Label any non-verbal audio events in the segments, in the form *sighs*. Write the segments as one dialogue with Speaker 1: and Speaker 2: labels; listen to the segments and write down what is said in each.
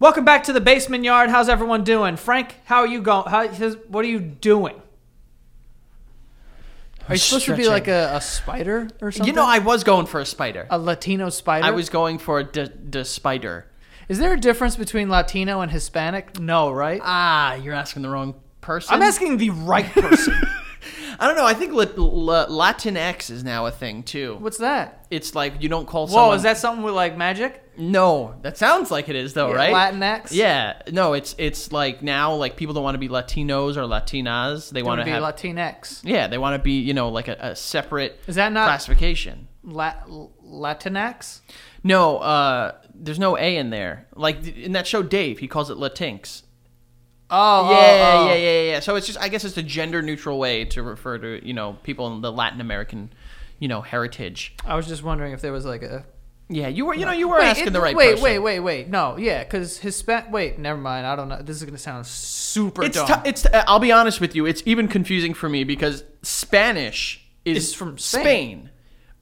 Speaker 1: Welcome back to the basement yard. How's everyone doing? Frank, how are you going? How, how's- what are you doing?
Speaker 2: Are you supposed to be
Speaker 3: Stretching.
Speaker 2: like a, a spider or something?
Speaker 3: You know, I was going for a spider.
Speaker 2: a Latino spider.
Speaker 3: I was going for a d- d- spider.
Speaker 2: Is there a difference between Latino and Hispanic? No, right?
Speaker 3: Ah, you're asking the wrong person.
Speaker 1: I'm asking the right person.
Speaker 3: I don't know. I think lat la- Latinx is now a thing too.
Speaker 2: *laughs* What's that?
Speaker 3: It's like you don't call
Speaker 2: Whoa,
Speaker 3: someone.
Speaker 2: is that something with like magic?
Speaker 3: no? That sounds like it is though,
Speaker 2: Yeah,
Speaker 3: right?
Speaker 2: Latinx.
Speaker 3: Yeah. No, it's it's like now like people don't want to be Latinos or Latinas. They
Speaker 2: want
Speaker 3: want to
Speaker 2: to be
Speaker 3: have
Speaker 2: Latinx?
Speaker 3: yeah. They want to be you know like a, a separate
Speaker 2: Is that not
Speaker 3: classification.
Speaker 2: La- Latinx?
Speaker 3: No, uh, there's no A in there. Like th- in that show, Dave, he calls it Latinx.
Speaker 2: Oh,
Speaker 3: yeah,
Speaker 2: oh, oh.
Speaker 3: yeah, yeah, yeah. So it's just, I guess, it's a gender-neutral way to refer to you know people in the Latin American, you know, heritage.
Speaker 2: I was just wondering if there was like a
Speaker 3: Yeah, you were, you know, you were asking
Speaker 2: it-
Speaker 3: the right
Speaker 2: Wait,
Speaker 3: person.
Speaker 2: wait, wait, wait. No, yeah, because Hispan. Wait, never mind. I don't know. This is gonna sound super
Speaker 3: It's
Speaker 2: dumb.
Speaker 3: t- it's. uh, I'll be honest with you. It's even confusing for me because Spanish is
Speaker 2: It's from
Speaker 3: Spain,
Speaker 2: Spain.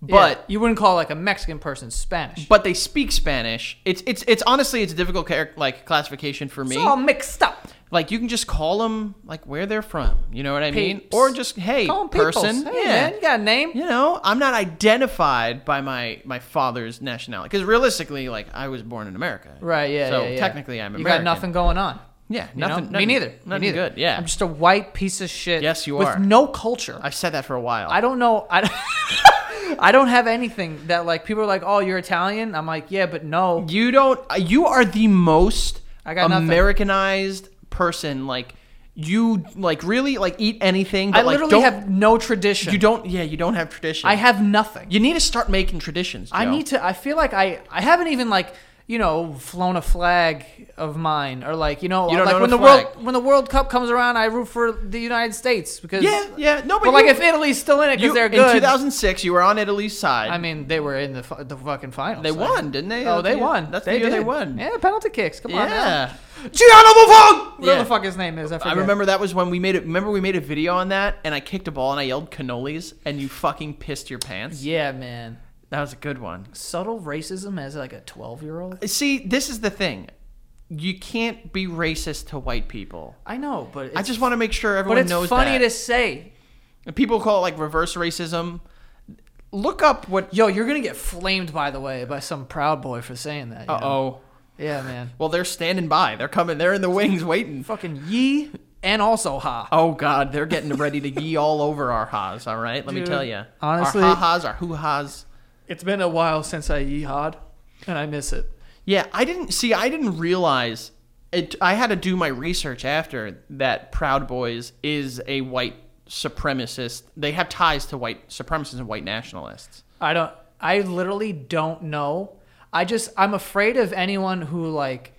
Speaker 2: Yeah,
Speaker 3: but
Speaker 2: you wouldn't call like a Mexican person Spanish.
Speaker 3: but they speak Spanish. It's it's it's honestly it's a difficult char- like classification for me.
Speaker 2: it's all mixed up.
Speaker 3: like you can just call them like where they're from. You know what I mean?
Speaker 2: Peeps.
Speaker 3: Or just hey
Speaker 2: Call 'em peoples.
Speaker 3: person.
Speaker 2: Hey,
Speaker 3: yeah.
Speaker 2: man, you got a name?
Speaker 3: you know, I'm not identified by my my father's nationality because realistically, like I was born in America,
Speaker 2: Right, yeah.
Speaker 3: So
Speaker 2: yeah, yeah.
Speaker 3: technically, I'm
Speaker 2: You
Speaker 3: American.
Speaker 2: got nothing going on.
Speaker 3: Yeah,
Speaker 2: you know?
Speaker 3: nothing.
Speaker 2: Me
Speaker 3: nothing-
Speaker 2: neither.
Speaker 3: Nothing
Speaker 2: Me neither.
Speaker 3: good. Yeah,
Speaker 2: I'm just a white piece of shit.
Speaker 3: Yes, you are.
Speaker 2: With no culture. I,
Speaker 3: I've said that for a while.
Speaker 2: don't know. I, I don't *laughs* have anything that like people are like, oh, you're Italian. I'm like, yeah, but no.
Speaker 3: You don't. uh, You are the most
Speaker 2: I got nothing.
Speaker 3: Americanized person. Like you, like really, like eat anything. But,
Speaker 2: I
Speaker 3: like,
Speaker 2: literally
Speaker 3: don't-
Speaker 2: have no tradition.
Speaker 3: You don't. Yeah, you don't have tradition.
Speaker 2: I have nothing.
Speaker 3: You need to start making traditions.
Speaker 2: I
Speaker 3: Joe.
Speaker 2: need to. I feel like I. I haven't even like you know flown a flag of mine or like you know
Speaker 3: You don't
Speaker 2: like
Speaker 3: own
Speaker 2: when
Speaker 3: a
Speaker 2: the
Speaker 3: flag.
Speaker 2: world when the World Cup comes around, I root for the United States because
Speaker 3: Yeah, yeah. No, but,
Speaker 2: But like
Speaker 3: you,
Speaker 2: if Italy's still in it
Speaker 3: you,
Speaker 2: because they're
Speaker 3: in
Speaker 2: good.
Speaker 3: 2006, you were on Italy's side.
Speaker 2: I mean, they were in the fu- the fucking finals.
Speaker 3: They won, didn't they?
Speaker 2: Oh, they
Speaker 3: Yeah,
Speaker 2: won.
Speaker 3: that's the year they
Speaker 2: did.
Speaker 3: won.
Speaker 2: Yeah, penalty kicks. Come on. now.
Speaker 3: yeah. Gianna Buffon.
Speaker 2: Whatever the fuck his name is, I
Speaker 3: I
Speaker 2: forget.
Speaker 3: remember that was when we made it. Remember we made a video on that, and I kicked a ball and I yelled cannolis, and you fucking pissed your pants.
Speaker 2: Yeah, man.
Speaker 3: That was a good one.
Speaker 2: Subtle racism as like a twelve year old.
Speaker 3: See, this is the thing. You can't be racist to white people.
Speaker 2: I know, but it's,
Speaker 3: I just want to make sure everyone
Speaker 2: But it's
Speaker 3: knows
Speaker 2: funny to
Speaker 3: that.
Speaker 2: say.
Speaker 3: And People call it like reverse racism. Look up what.
Speaker 2: Yo, you're gonna get flamed, by the way, by some proud boy for saying that. you
Speaker 3: Uh
Speaker 2: know?
Speaker 3: oh.
Speaker 2: Yeah, man.
Speaker 3: Well, they're standing by. They're coming. They're in the wings waiting.
Speaker 2: Fucking ye and also ha.
Speaker 3: Oh God, they're getting ready to yee all over our ha's. All right, let me
Speaker 2: Dude,
Speaker 3: tell you.
Speaker 2: honestly-
Speaker 3: our ha-has, our hoo ha's.
Speaker 2: It's been a while since I yeehawed, and I miss it.
Speaker 3: Yeah, I didn't see. I didn't realize it. I had to do my research after that. Proud Boys is a white supremacist. They have ties to white supremacists and white nationalists.
Speaker 2: I don't. I literally don't know. I just. I'm afraid of anyone who like.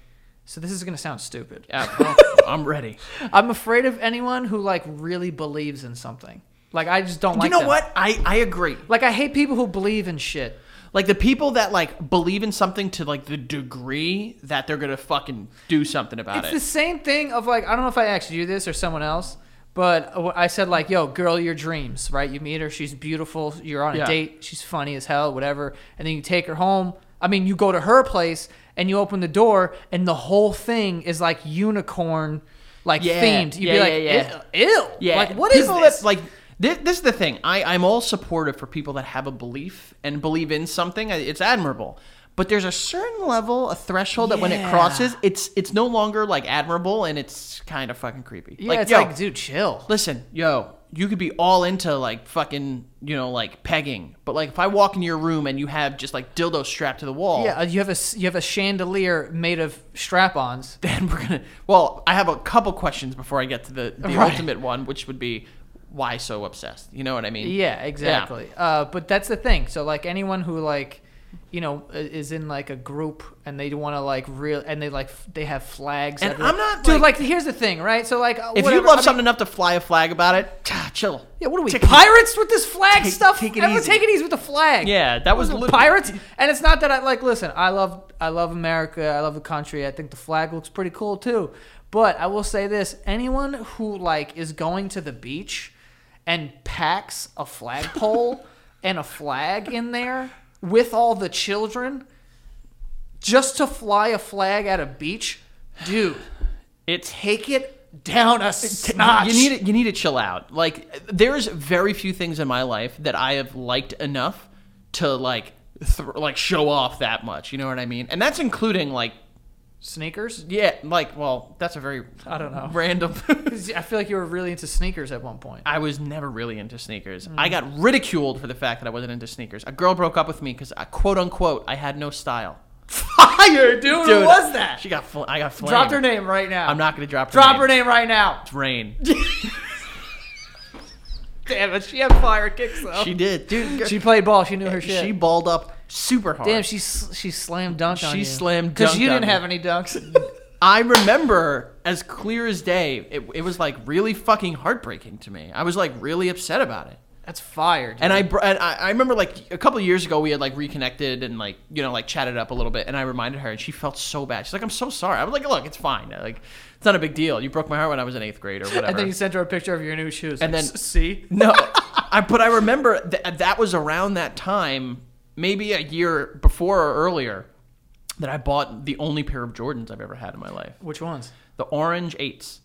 Speaker 2: So this is gonna sound stupid.
Speaker 3: Yeah, *laughs* I'm ready.
Speaker 2: I'm afraid of anyone who like really believes in something. Like I just don't like.
Speaker 3: you know
Speaker 2: them.
Speaker 3: what? I I agree.
Speaker 2: Like I hate people who believe in shit.
Speaker 3: Like the people that like believe in something to like the degree that they're gonna fucking do something about
Speaker 2: It's
Speaker 3: it.
Speaker 2: the same thing of like I don't know if I asked you this or someone else, but uh, wh- I said like, "Yo, girl, your dreams, right? You meet her, she's beautiful. You're on a
Speaker 3: Yeah.
Speaker 2: date, she's funny as hell, whatever." And then you take her home. I mean, you go to her place and you open the door, and the whole thing is like unicorn, like
Speaker 3: Yeah.
Speaker 2: themed. You'd
Speaker 3: Yeah,
Speaker 2: be like,
Speaker 3: yeah,
Speaker 2: "Ew, ew."
Speaker 3: Yeah.
Speaker 2: like what is
Speaker 3: people
Speaker 2: this?
Speaker 3: That, like this, this is the thing. I I'm all supportive for people that have a belief and believe in something. I- It's admirable. But there's a certain level, a threshold that when it
Speaker 2: Yeah.
Speaker 3: crosses, it's it's no longer like admirable and it's kind of fucking creepy.
Speaker 2: yeah,
Speaker 3: like,
Speaker 2: it's
Speaker 3: yo,
Speaker 2: like, dude, chill.
Speaker 3: listen, yo, you could be all into like fucking, you know, like pegging, but like if I walk into your room and you have just like dildo strapped to the wall,
Speaker 2: Yeah, uh, you have a s- you have a chandelier made of strap-ons.
Speaker 3: then we're gonna. Well, I have a couple questions before I get to the the
Speaker 2: Right.
Speaker 3: ultimate one, which would be why so obsessed. You know what I mean?
Speaker 2: Yeah, exactly. Uh, but that's the thing. So like anyone who like, you know, i- is in like a group and they want to like real and they like f- they have flags.
Speaker 3: And
Speaker 2: everywhere.
Speaker 3: I'm not,
Speaker 2: dude.
Speaker 3: like-
Speaker 2: Like, here's the thing, right? So like, uh,
Speaker 3: If you love something enough to fly a flag about it, tah, chill.
Speaker 2: yeah, what are we
Speaker 3: Take-
Speaker 2: pirates with this flag
Speaker 3: Take-
Speaker 2: stuff?
Speaker 3: take it
Speaker 2: Everyone
Speaker 3: easy.
Speaker 2: take it easy with the flag.
Speaker 3: Yeah, that was
Speaker 2: We're
Speaker 3: lit-
Speaker 2: pirates. And it's not that I like. Listen, I love I love America. I love the country. I think the flag looks pretty cool too. But I will say this: anyone who like is going to the beach and packs a *laughs* flagpole and a flag in there with all the children just to fly a flag at a beach. dude.
Speaker 3: It's
Speaker 2: Take it down a notch.
Speaker 3: you need to- you need to chill out. Like there's very few things in my life that I have liked enough to like thr like show off that much. You know what I mean? And that's including like
Speaker 2: sneakers.
Speaker 3: yeah, like well, that's a very *laughs*
Speaker 2: I don't know.
Speaker 3: random. *laughs*
Speaker 2: 'Cause *laughs* I feel like you were really into sneakers at one point.
Speaker 3: I was never really into sneakers.
Speaker 2: Mm.
Speaker 3: I got ridiculed for the fact that I wasn't into sneakers. A girl broke up with me because I quote unquote I had no style.
Speaker 2: *laughs* Fire, dude. Who
Speaker 3: Dude,
Speaker 2: was that?
Speaker 3: She got fl- I got flamed.
Speaker 2: Drop their name right now.
Speaker 3: I'm not gonna drop.
Speaker 2: Drop her name right now.
Speaker 3: It's rain.
Speaker 2: Damn it, she had fire kicks though.
Speaker 3: she did,
Speaker 2: *laughs*
Speaker 3: dude.
Speaker 2: She played ball. She knew her shit.
Speaker 3: she balled up super hard.
Speaker 2: Damn, she s- she slammed dunked on
Speaker 3: She
Speaker 2: you.
Speaker 3: slam
Speaker 2: because
Speaker 3: dunked
Speaker 2: you didn't
Speaker 3: on me.
Speaker 2: have any dunks.
Speaker 3: *laughs* I remember as clear as day. It, it was like really fucking heartbreaking to me. I was like really upset about it.
Speaker 2: That's fire. Dude.
Speaker 3: And I br- and I, I remember like a couple of years ago we had like reconnected and like you know like chatted up a little bit and I reminded her and she felt so bad. She's like, I'm so sorry. I was like, look, it's fine. Like it's not a big deal. You broke my heart when I was in
Speaker 2: *laughs*
Speaker 3: eighth grade or whatever.
Speaker 2: And then you sent her a picture of your new shoes.
Speaker 3: And
Speaker 2: Like,
Speaker 3: then-
Speaker 2: "S- see,
Speaker 3: No, I, but I remember th- that was around that time, maybe a year before or earlier, that I bought the only pair of Jordans I've ever had in my life
Speaker 2: which ones? *laughs*
Speaker 3: the orange eights.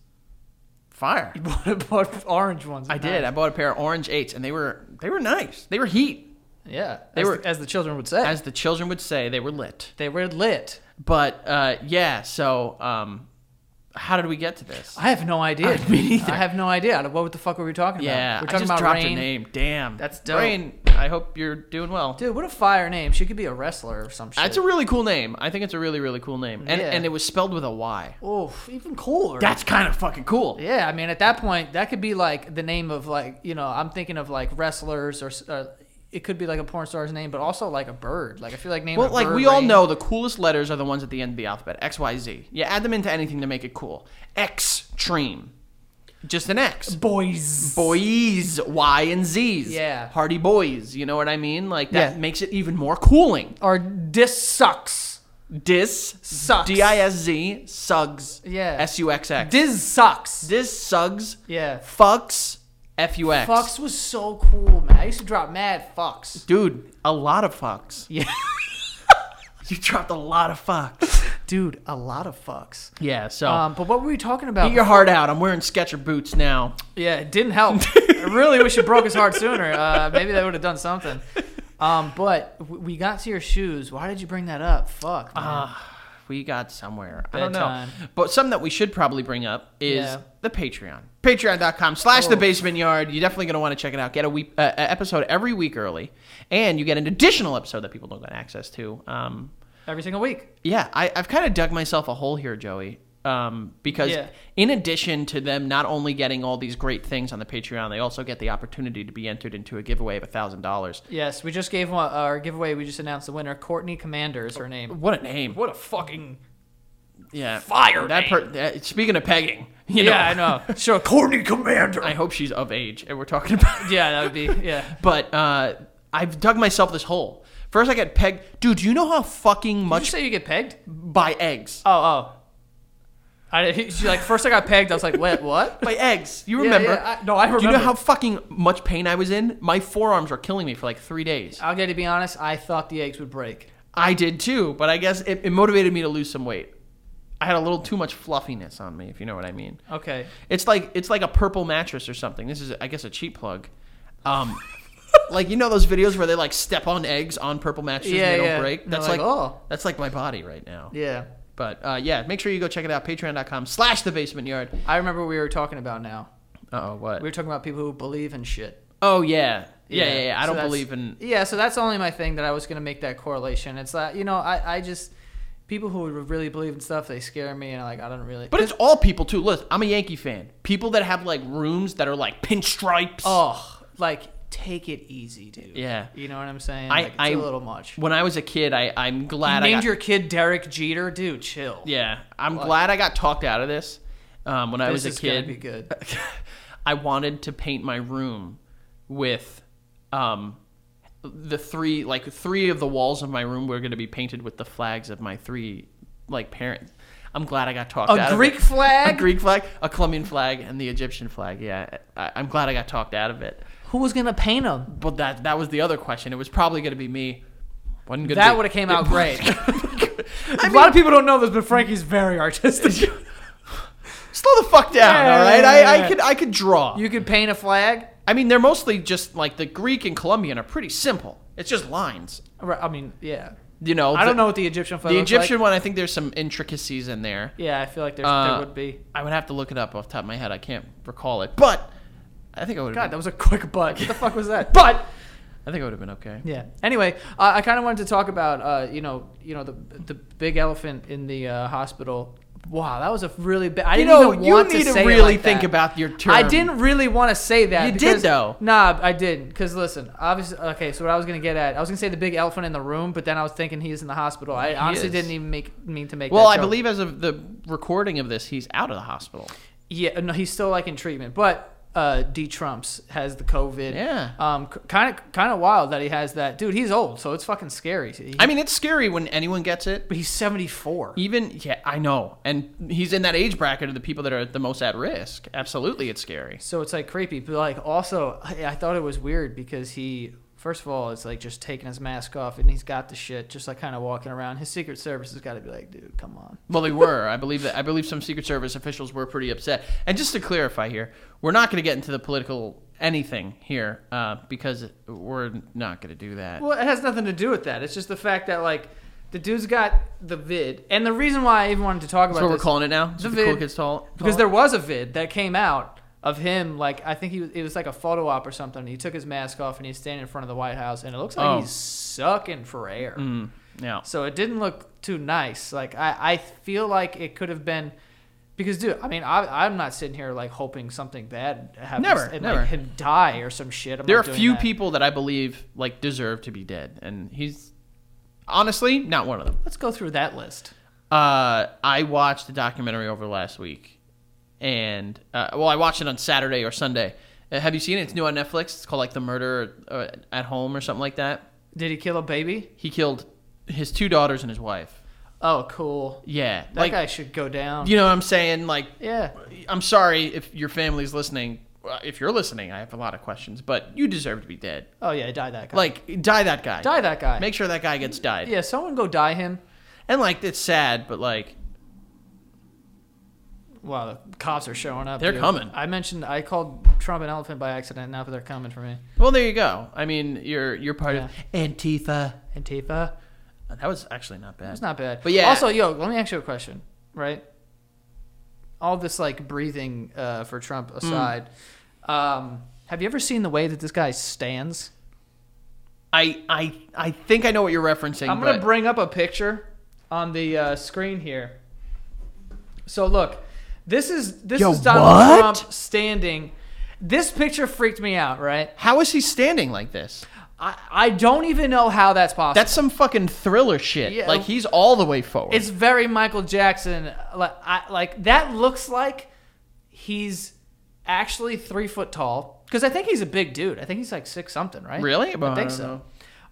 Speaker 3: Fire.
Speaker 2: Bought, bought orange ones.
Speaker 3: I did. I bought a pair of orange eights, and they were they were nice. They were heat,
Speaker 2: Yeah,
Speaker 3: They
Speaker 2: as,
Speaker 3: were-
Speaker 2: the, as the children would say.
Speaker 3: as the children would say. They were lit.
Speaker 2: they were lit.
Speaker 3: But uh, yeah, so um, how did we get to this?
Speaker 2: I have no idea.
Speaker 3: I- me neither.
Speaker 2: I have no idea. What the fuck were we talking
Speaker 3: yeah,
Speaker 2: about? We're
Speaker 3: I
Speaker 2: talking
Speaker 3: just
Speaker 2: about
Speaker 3: dropped
Speaker 2: rain.
Speaker 3: your name. Damn,
Speaker 2: That's dope.
Speaker 3: Rain. I hope you're doing well.
Speaker 2: Dude, what a fire name. She could be a wrestler or some shit.
Speaker 3: That's a really cool name. I think it's a really really cool name, and
Speaker 2: Yeah.
Speaker 3: and it was spelled with a Y.
Speaker 2: Oof, even cooler.
Speaker 3: That's kind of fucking cool.
Speaker 2: yeah, I mean, at that point, that could be like the name of like you know, I'm thinking of like wrestlers or. s- or it could be like a porn star's name, but also like a bird. Like I feel like name. a
Speaker 3: Well, like
Speaker 2: bird
Speaker 3: we all
Speaker 2: Rain.
Speaker 3: know, the coolest letters are the ones at the end of the alphabet. X, Y, Z. You add them into anything to make it cool. Extreme, just an X.
Speaker 2: boys.
Speaker 3: Boys, Y and Z's.
Speaker 2: Yeah.
Speaker 3: Hardy boys. You know what I mean? Like that
Speaker 2: Yeah.
Speaker 3: makes it even more cooling.
Speaker 2: Or dis sucks.
Speaker 3: Dis
Speaker 2: Sucks.
Speaker 3: D I S Z Suggs.
Speaker 2: Yeah.
Speaker 3: S U X X.
Speaker 2: Diz sucks.
Speaker 3: Dis Suggs.
Speaker 2: Yeah.
Speaker 3: Fucks. F U X.
Speaker 2: Fucks was so cool, man. I used to drop mad fucks.
Speaker 3: Dude, a lot of fucks.
Speaker 2: Yeah.
Speaker 3: *laughs* You dropped a lot of fucks.
Speaker 2: Dude, a lot of fucks.
Speaker 3: yeah. So.
Speaker 2: Um, but what were we talking about?
Speaker 3: Eat your heart out. I'm wearing Sketcher boots now.
Speaker 2: *laughs* Yeah, it didn't help. I really wish it broke his heart sooner. Uh, maybe that would have done
Speaker 3: *laughs*
Speaker 2: something. Um, but w- we got to your shoes. Why did you bring that up? Fuck.
Speaker 3: Um,
Speaker 2: Man.
Speaker 3: We got somewhere. I don't know.
Speaker 2: Bedtime.
Speaker 3: But something that we should probably bring up is
Speaker 2: Yeah.
Speaker 3: the Patreon. Patreon.com slash the basement yard. You're definitely going to want to check it out. Get a week, uh, episode every week early. And you get an additional episode that people don't get access to. Um,
Speaker 2: Every single week.
Speaker 3: yeah, I, I've kind of dug myself a hole here, Joey. Um, because
Speaker 2: Yeah.
Speaker 3: in addition to them not only getting all these great things on the Patreon, they also get the opportunity to be entered into a giveaway of $1,000.
Speaker 2: Yes, we just gave one, our giveaway. We just announced the winner. Courtney Commander is her name.
Speaker 3: What a name.
Speaker 2: What a fucking.
Speaker 3: Yeah.
Speaker 2: Fire
Speaker 3: That
Speaker 2: name.
Speaker 3: per- that- speaking of pegging, you know,
Speaker 2: yeah, I know. *laughs* Sure, Courtney Commander.
Speaker 3: *laughs* I hope she's of age, and we're talking about.
Speaker 2: yeah, that would be. Yeah.
Speaker 3: *laughs* But uh, I've dug myself this hole. First, I get pegged. Dude, do you know how fucking
Speaker 2: Did you
Speaker 3: much
Speaker 2: say you get pegged?
Speaker 3: by eggs?
Speaker 2: Oh, oh. I, she, like first I got pegged. I was like, what? *laughs* What?
Speaker 3: By eggs, you
Speaker 2: Yeah,
Speaker 3: remember?
Speaker 2: yeah, I- no, I
Speaker 3: Do you know
Speaker 2: remember.
Speaker 3: how fucking much pain I was in? My forearms were killing me for like three days.
Speaker 2: I'll get to be honest. I thought the eggs would break.
Speaker 3: I did too, but I guess it, it motivated me to lose some weight. I had a little too much fluffiness on me, if you know what I mean.
Speaker 2: Okay.
Speaker 3: It's like it's like a purple mattress or something. This is, I guess, a cheap plug.
Speaker 2: *laughs*
Speaker 3: Um, like you know those videos where they like step on eggs on purple mattresses
Speaker 2: Yeah,
Speaker 3: and they
Speaker 2: yeah.
Speaker 3: don't break.
Speaker 2: And
Speaker 3: That's
Speaker 2: they're
Speaker 3: like,
Speaker 2: like, "Oh."
Speaker 3: that's like my body right now.
Speaker 2: Yeah.
Speaker 3: But uh, yeah, make sure you go check it out. Patreon.com/slash The Basement Yard.
Speaker 2: I remember we were talking about now.
Speaker 3: Oh what?
Speaker 2: We were talking about people who believe in shit.
Speaker 3: Oh yeah. Yeah, yeah, yeah. I
Speaker 2: So
Speaker 3: don't
Speaker 2: that's-
Speaker 3: believe in.
Speaker 2: Yeah, so that's only my thing that I was gonna make that correlation. It's like you know, I, I just people who would really believe in stuff they scare me and like I don't really.
Speaker 3: But it's all people too. Listen, I'm a Yankee fan. People that have like rooms that are like pinstripes.
Speaker 2: oh, like take it easy, dude.
Speaker 3: Yeah.
Speaker 2: You know what I'm saying?
Speaker 3: I-
Speaker 2: like, it's
Speaker 3: I-
Speaker 2: a little much.
Speaker 3: When I was a kid, I I'm glad
Speaker 2: You
Speaker 3: I
Speaker 2: named
Speaker 3: got,
Speaker 2: your kid Derek Jeter, dude. Chill.
Speaker 3: yeah. I'm glad I got talked out of this. Um, when I
Speaker 2: this
Speaker 3: was a
Speaker 2: is
Speaker 3: kid,
Speaker 2: gonna be good.
Speaker 3: *laughs* I wanted to paint my room with um the three like three of the walls of my room were going to be painted with the flags of my three like parents. I'm glad I got talked out
Speaker 2: A
Speaker 3: of
Speaker 2: Greek
Speaker 3: it. *laughs* A
Speaker 2: flag.
Speaker 3: Greek flag, a Colombian flag, and the Egyptian flag. Yeah, I, I'm glad I got talked out of it.
Speaker 2: Who was gonna paint him?
Speaker 3: But that that was the other question. It was probably going to be me. Wasn't gonna
Speaker 2: That
Speaker 3: be- *laughs*
Speaker 2: would have came out great. a lot of people don't know this, but Frankie's very
Speaker 3: *laughs*
Speaker 2: artistic.
Speaker 3: Slow the fuck down,
Speaker 2: Yeah,
Speaker 3: all
Speaker 2: yeah,
Speaker 3: right?
Speaker 2: yeah,
Speaker 3: I,
Speaker 2: yeah.
Speaker 3: I could I could draw.
Speaker 2: you could paint a flag.
Speaker 3: I mean, they're mostly just like the Greek and Colombian are pretty simple. It's just lines.
Speaker 2: Right, I mean, yeah.
Speaker 3: You know,
Speaker 2: I
Speaker 3: the-
Speaker 2: don't know what the Egyptian flag
Speaker 3: The
Speaker 2: looks like.
Speaker 3: Egyptian one, I think there's some intricacies in there.
Speaker 2: Yeah, I feel like there's,
Speaker 3: Uh,
Speaker 2: there would be.
Speaker 3: I would have to look it up off the top of my head. I can't recall it, but I think I would.
Speaker 2: God,
Speaker 3: have
Speaker 2: that
Speaker 3: been,
Speaker 2: was a quick butt. What the fuck was *laughs* that?
Speaker 3: *laughs* but I think I would have been okay.
Speaker 2: Yeah. Anyway, uh, I kind of wanted to talk about uh, you know you know the the big elephant in the uh, hospital. Wow, that was a really bad. I
Speaker 3: You
Speaker 2: didn't
Speaker 3: know,
Speaker 2: even
Speaker 3: you
Speaker 2: want
Speaker 3: need
Speaker 2: to
Speaker 3: to
Speaker 2: say it
Speaker 3: really
Speaker 2: like
Speaker 3: think
Speaker 2: that.
Speaker 3: about your
Speaker 2: I
Speaker 3: term.
Speaker 2: didn't really want to say that.
Speaker 3: You did,
Speaker 2: because-
Speaker 3: though.
Speaker 2: Nah, I didn't. Because listen, obviously, okay. So what I was gonna get at, I was gonna say the big elephant in the room, but then I was thinking he's in the hospital. I honestly
Speaker 3: is.
Speaker 2: didn't even make mean to make.
Speaker 3: Well,
Speaker 2: that
Speaker 3: I
Speaker 2: joke.
Speaker 3: believe as of the recording of this, he's out of the hospital.
Speaker 2: Yeah, no, he's still like in treatment, but uh, D. Trump's has the COVID.
Speaker 3: Yeah.
Speaker 2: Um, kind of, kind of wild that he has that. Dude, he's old, so it's fucking scary. He-
Speaker 3: I mean, it's scary when anyone gets it.
Speaker 2: but he's seventy four.
Speaker 3: Even yeah, I know, and he's in that age bracket of the people that are the most at risk. Absolutely, it's scary.
Speaker 2: So it's like creepy, but like also, I, I thought it was weird because he, first of all, is like just taking his mask off and he's got the shit, just like kind of walking around. His Secret Service has got to be like, dude, come on.
Speaker 3: Well, they were. I believe that. I believe some Secret Service officials were pretty upset. And just to clarify here, we're not going to get into the political anything here uh, because we're not going to do that.
Speaker 2: Well, it has nothing to do with that. It's just the fact that like the dude's got the vid, and the reason why I even wanted to talk about
Speaker 3: That's what we're
Speaker 2: this-
Speaker 3: calling it now. Is
Speaker 2: the
Speaker 3: it the cool
Speaker 2: vid-
Speaker 3: kids tall.
Speaker 2: because there was a vid that came out of him like I think he was, it was like a photo op or something. He took his mask off and he's standing in front of the White House and it looks like
Speaker 3: Oh.
Speaker 2: he's sucking for air.
Speaker 3: Mm, yeah.
Speaker 2: So it didn't look too nice. Like I, I feel like it could have been because dude, I mean I I'm not sitting here like hoping something bad happens
Speaker 3: Never,
Speaker 2: and
Speaker 3: never.
Speaker 2: like him die or some shit. I'm
Speaker 3: There
Speaker 2: not
Speaker 3: are
Speaker 2: doing
Speaker 3: few
Speaker 2: that.
Speaker 3: people that I believe like deserve to be dead, and he's honestly not one of them.
Speaker 2: Let's go through that list.
Speaker 3: Uh, I watched a documentary over the last week, and uh, well, I watched it on Saturday or Sunday. Uh, have you seen it? It's new on Netflix. It's called like The Murder uh, at Home or something like that.
Speaker 2: Did he kill a baby?
Speaker 3: He killed his two daughters and his wife.
Speaker 2: Oh, cool.
Speaker 3: Yeah,
Speaker 2: That
Speaker 3: like
Speaker 2: guy should go down.
Speaker 3: you know what I'm saying. Like,
Speaker 2: yeah.
Speaker 3: I'm sorry if your family's listening. Uh, If you're listening, I have a lot of questions, but you deserve to be dead.
Speaker 2: Oh yeah, die that guy.
Speaker 3: Like, die that guy.
Speaker 2: die that guy.
Speaker 3: Make sure that guy gets died.
Speaker 2: yeah, someone go die him.
Speaker 3: And like, it's sad, but like,
Speaker 2: Wow, the cops are showing up.
Speaker 3: They're
Speaker 2: dude.
Speaker 3: coming.
Speaker 2: I mentioned I called Trump an elephant by accident. Now they're coming for me.
Speaker 3: well, there you go. I mean, you're you're part of Antifa.
Speaker 2: Antifa.
Speaker 3: That was actually not bad.
Speaker 2: It's not bad.
Speaker 3: But yeah.
Speaker 2: Also, yo, let me ask you a question. Right. All this like breathing uh, for Trump
Speaker 3: Hmm.
Speaker 2: aside, um, have you ever seen the way that this guy stands?
Speaker 3: I I I think I know what you're referencing.
Speaker 2: I'm gonna bring up a picture on the uh, screen here. So look, this is this
Speaker 3: Yo,
Speaker 2: is Donald
Speaker 3: what?
Speaker 2: Trump standing. This picture freaked me out. Right.
Speaker 3: How is he standing like this?
Speaker 2: I, I don't even know how that's possible.
Speaker 3: That's some fucking thriller shit.
Speaker 2: Yeah.
Speaker 3: Like he's all the way forward.
Speaker 2: it's very Michael Jackson. Like I, like that looks like he's actually three foot tall because I think he's a big dude. I think he's like six something, right?
Speaker 3: Really? Well,
Speaker 2: I
Speaker 3: I
Speaker 2: think
Speaker 3: don't
Speaker 2: so.
Speaker 3: know.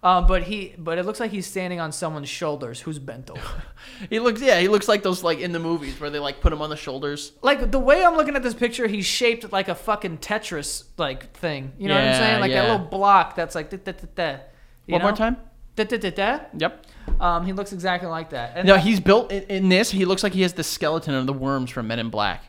Speaker 2: Um, but he, but it looks like he's standing on someone's shoulders who's bent over.
Speaker 3: *laughs* he looks yeah he looks like those like in the movies where they like put him on the shoulders.
Speaker 2: like the way I'm looking at this picture, he's shaped like a fucking Tetris like thing. You know what I'm
Speaker 3: Yeah,
Speaker 2: saying? Like that
Speaker 3: yeah.
Speaker 2: little block that's like da da da da. you
Speaker 3: One more
Speaker 2: know?
Speaker 3: time.
Speaker 2: Da da da da.
Speaker 3: Yep.
Speaker 2: Um, he looks exactly like that. And
Speaker 3: No, he's built in, in this. He looks like he has the skeleton of the worms from Men in Black.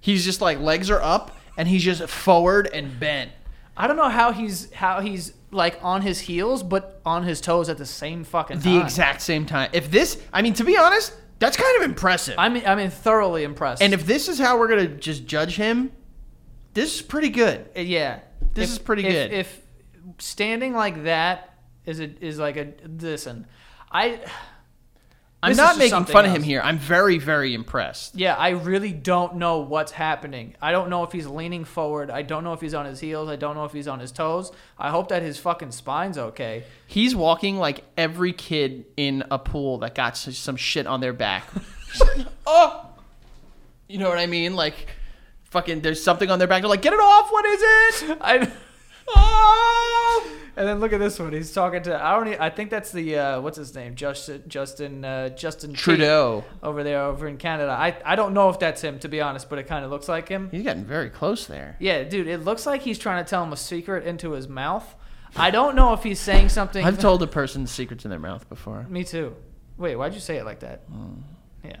Speaker 3: He's just like legs are up and he's just forward and bent.
Speaker 2: I don't know how he's how he's like on his heels but on his toes at the same fucking
Speaker 3: The
Speaker 2: time.
Speaker 3: exact same time. If this, I mean, to be honest, that's kind of impressive.
Speaker 2: I mean, I mean, thoroughly impressed.
Speaker 3: and if this is how we're gonna just judge him, this is pretty good.
Speaker 2: Uh, yeah,
Speaker 3: This
Speaker 2: If-
Speaker 3: is pretty
Speaker 2: if-
Speaker 3: good.
Speaker 2: If standing like that is a, is like a listen, I
Speaker 3: I'm
Speaker 2: This is
Speaker 3: not
Speaker 2: just
Speaker 3: making
Speaker 2: something
Speaker 3: fun of him
Speaker 2: else.
Speaker 3: here. I'm very, very impressed.
Speaker 2: yeah, I really don't know what's happening. I don't know if he's leaning forward. I don't know if he's on his heels. I don't know if he's on his toes. I hope that his fucking spine's okay. *laughs*
Speaker 3: He's walking like every kid in a pool that got s- some shit on their back. *laughs* oh, you know what I mean? Like, fucking, there's something on their back. They're like, get it off. What is it?
Speaker 2: I.
Speaker 3: Oh.
Speaker 2: And then look at this one. He's talking to I don't. e- I think that's the uh, what's his name, Justin Justin uh, Justin T
Speaker 3: Trudeau.
Speaker 2: over there over in Canada. I I don't know if that's him to be honest, but it kind of looks like him.
Speaker 3: He's gotten very close there.
Speaker 2: Yeah, dude, it looks like he's trying to tell him a secret into his mouth. I don't know if he's saying something.
Speaker 3: I've told a person secrets in their mouth before.
Speaker 2: me too. Wait, why'd you say it like that?
Speaker 3: Oh.
Speaker 2: Yeah.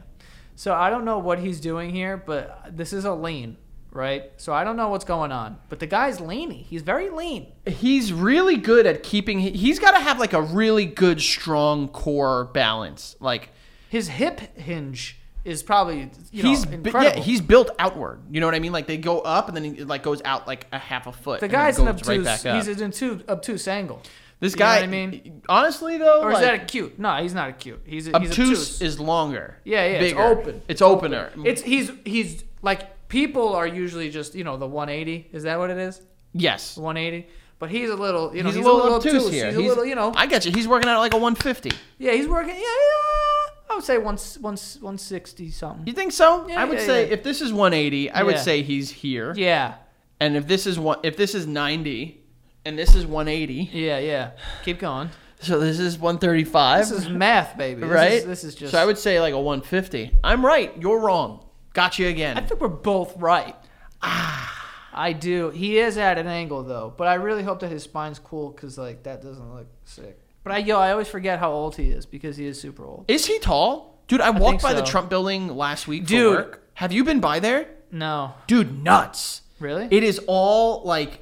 Speaker 2: So I don't know what he's doing here, but this is a lean, right? So I don't know what's going on. But the guy's leany. He's very lean.
Speaker 3: He's really good at keeping. he- He's got to have like a really good, strong core balance. Like
Speaker 2: His hip hinge is probably you
Speaker 3: he's
Speaker 2: know
Speaker 3: bu-
Speaker 2: incredible.
Speaker 3: yeah, he's built outward. You know what I mean? Like they go up and then he like goes out like a half a foot.
Speaker 2: the
Speaker 3: and then
Speaker 2: guy's an
Speaker 3: goes
Speaker 2: obtuse.
Speaker 3: right back up.
Speaker 2: he's an obtuse, obtuse angle.
Speaker 3: this
Speaker 2: you know
Speaker 3: guy.
Speaker 2: what I mean?
Speaker 3: honestly though,
Speaker 2: Or
Speaker 3: like,
Speaker 2: is that acute? No, he's not acute. He's he's
Speaker 3: obtuse, is longer.
Speaker 2: Yeah, yeah, it's
Speaker 3: bigger.
Speaker 2: open.
Speaker 3: It's opener.
Speaker 2: It's he's he's like people are usually just you know the 180. Is that what it is?
Speaker 3: yes.
Speaker 2: 180. But he's a little you know
Speaker 3: He's, a little, obtuse, here.
Speaker 2: He's, a little you know
Speaker 3: I get you. He's working out at like a 150.
Speaker 2: yeah he's working yeah, yeah I would say once once 160 something.
Speaker 3: You think so?
Speaker 2: Yeah,
Speaker 3: I would
Speaker 2: yeah,
Speaker 3: say
Speaker 2: yeah.
Speaker 3: if this is 180, I would
Speaker 2: Yeah.
Speaker 3: say he's here.
Speaker 2: Yeah
Speaker 3: And if this is one, if this is 90, and this is 180,
Speaker 2: yeah yeah. Keep going.
Speaker 3: so this is 135.
Speaker 2: This is math, baby. This
Speaker 3: right?
Speaker 2: Is, this is just.
Speaker 3: So I would say like a 150. I'm right. You're wrong. Got you again.
Speaker 2: I think we're both right.
Speaker 3: Ah.
Speaker 2: I do. He is at an angle though, but I really hope that his spine's cool because like that doesn't look sick. But I yo, I always forget how old he is because he is super old.
Speaker 3: is he tall? Dude, I walked
Speaker 2: think
Speaker 3: by the
Speaker 2: so.
Speaker 3: Trump building last week for
Speaker 2: Dude.
Speaker 3: work. Have you been by there?
Speaker 2: No,
Speaker 3: Dude, nuts.
Speaker 2: really?
Speaker 3: It is all like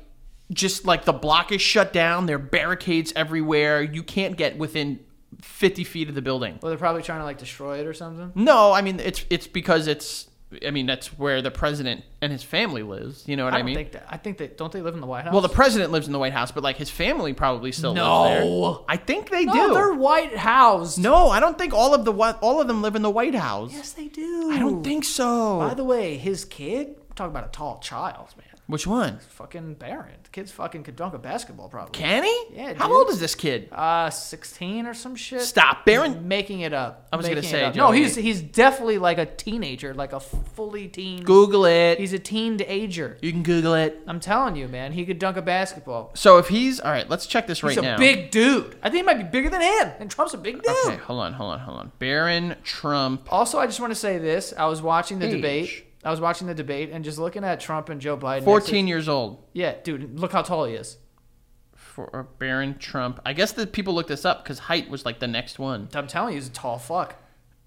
Speaker 3: just like the block is shut down. There are barricades everywhere. You can't get within 50 feet of the building.
Speaker 2: well, they're probably trying to like destroy it or something.
Speaker 3: No, I mean it's it's because it's I mean that's where the president and his family lives. You know what
Speaker 2: I
Speaker 3: I,
Speaker 2: don't
Speaker 3: mean?
Speaker 2: think that. I think they don't they live in the White House.
Speaker 3: well, the president lives in the White House, but like his family probably still lives there.
Speaker 2: No.
Speaker 3: I think they
Speaker 2: no,
Speaker 3: do.
Speaker 2: they're White House.
Speaker 3: No, I don't think all of the Whi- all of them live in the White House.
Speaker 2: yes, they do.
Speaker 3: I don't think so.
Speaker 2: By the way, his kid. Talk about a tall child, man.
Speaker 3: Which one?
Speaker 2: Fucking Barron. The kid's fucking could dunk a basketball probably.
Speaker 3: Can he?
Speaker 2: Yeah,
Speaker 3: How
Speaker 2: dude.
Speaker 3: old is this kid?
Speaker 2: Uh, sixteen or some shit.
Speaker 3: Stop, Baron.
Speaker 2: Making it up.
Speaker 3: I was gonna
Speaker 2: Making it
Speaker 3: say,
Speaker 2: up. no.
Speaker 3: Joey.
Speaker 2: He's he's definitely like a teenager, like a fully teen.
Speaker 3: Google it.
Speaker 2: He's a teen ager.
Speaker 3: you can Google it.
Speaker 2: I'm telling you, man. He could dunk a basketball.
Speaker 3: So if he's all right, let's check this right
Speaker 2: He's a
Speaker 3: now.
Speaker 2: big dude. I think he might be bigger than him. And Trump's a big dude.
Speaker 3: Okay, hold on, hold on, hold on. Baron Trump.
Speaker 2: Also, I just want to say this. I was watching the
Speaker 3: Age.
Speaker 2: debate. I was watching the debate and just looking at Trump and Joe Biden.
Speaker 3: 14 years old.
Speaker 2: Yeah, dude, look how tall he is.
Speaker 3: For Baron Trump. I guess that people looked this up because height was like the next one.
Speaker 2: I'm telling you, he's a tall fuck.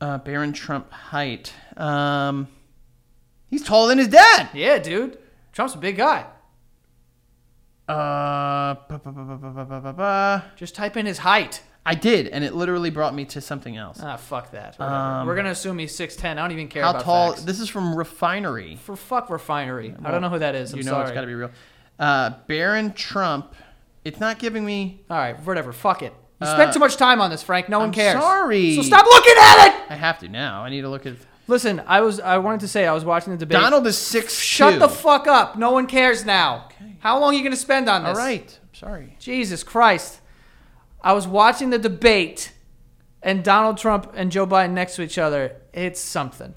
Speaker 3: Uh, Baron Trump height. Um, he's taller than his dad.
Speaker 2: Yeah, dude. Trump's a big guy.
Speaker 3: Uh, ba- ba- ba- ba- ba- ba- ba- ba- ba.
Speaker 2: Just type in his height.
Speaker 3: I did, and it literally brought me to something else.
Speaker 2: Ah, fuck that. Whatever. We're gonna assume he's six ten. I don't even care
Speaker 3: Um, How
Speaker 2: about
Speaker 3: tall?
Speaker 2: facts.
Speaker 3: This is from Refinery.
Speaker 2: For fuck refinery. I don't know who that is. I'm
Speaker 3: you know
Speaker 2: sorry.
Speaker 3: it's got to be real. Uh, Baron Trump. It's not giving me.
Speaker 2: All right, whatever. Fuck it. You spent too much time on this, Frank. No one
Speaker 3: Uh, I'm
Speaker 2: cares.
Speaker 3: sorry.
Speaker 2: So stop looking at it.
Speaker 3: I have to now. I need to look at.
Speaker 2: Listen, I was I wanted to say I was watching the debate.
Speaker 3: Donald is six.
Speaker 2: shut the fuck up. No one cares now. How long are you gonna spend on
Speaker 3: All
Speaker 2: this?
Speaker 3: right. I'm sorry.
Speaker 2: Jesus Christ. I was watching the debate, and Donald Trump and Joe Biden next to each other. It's something.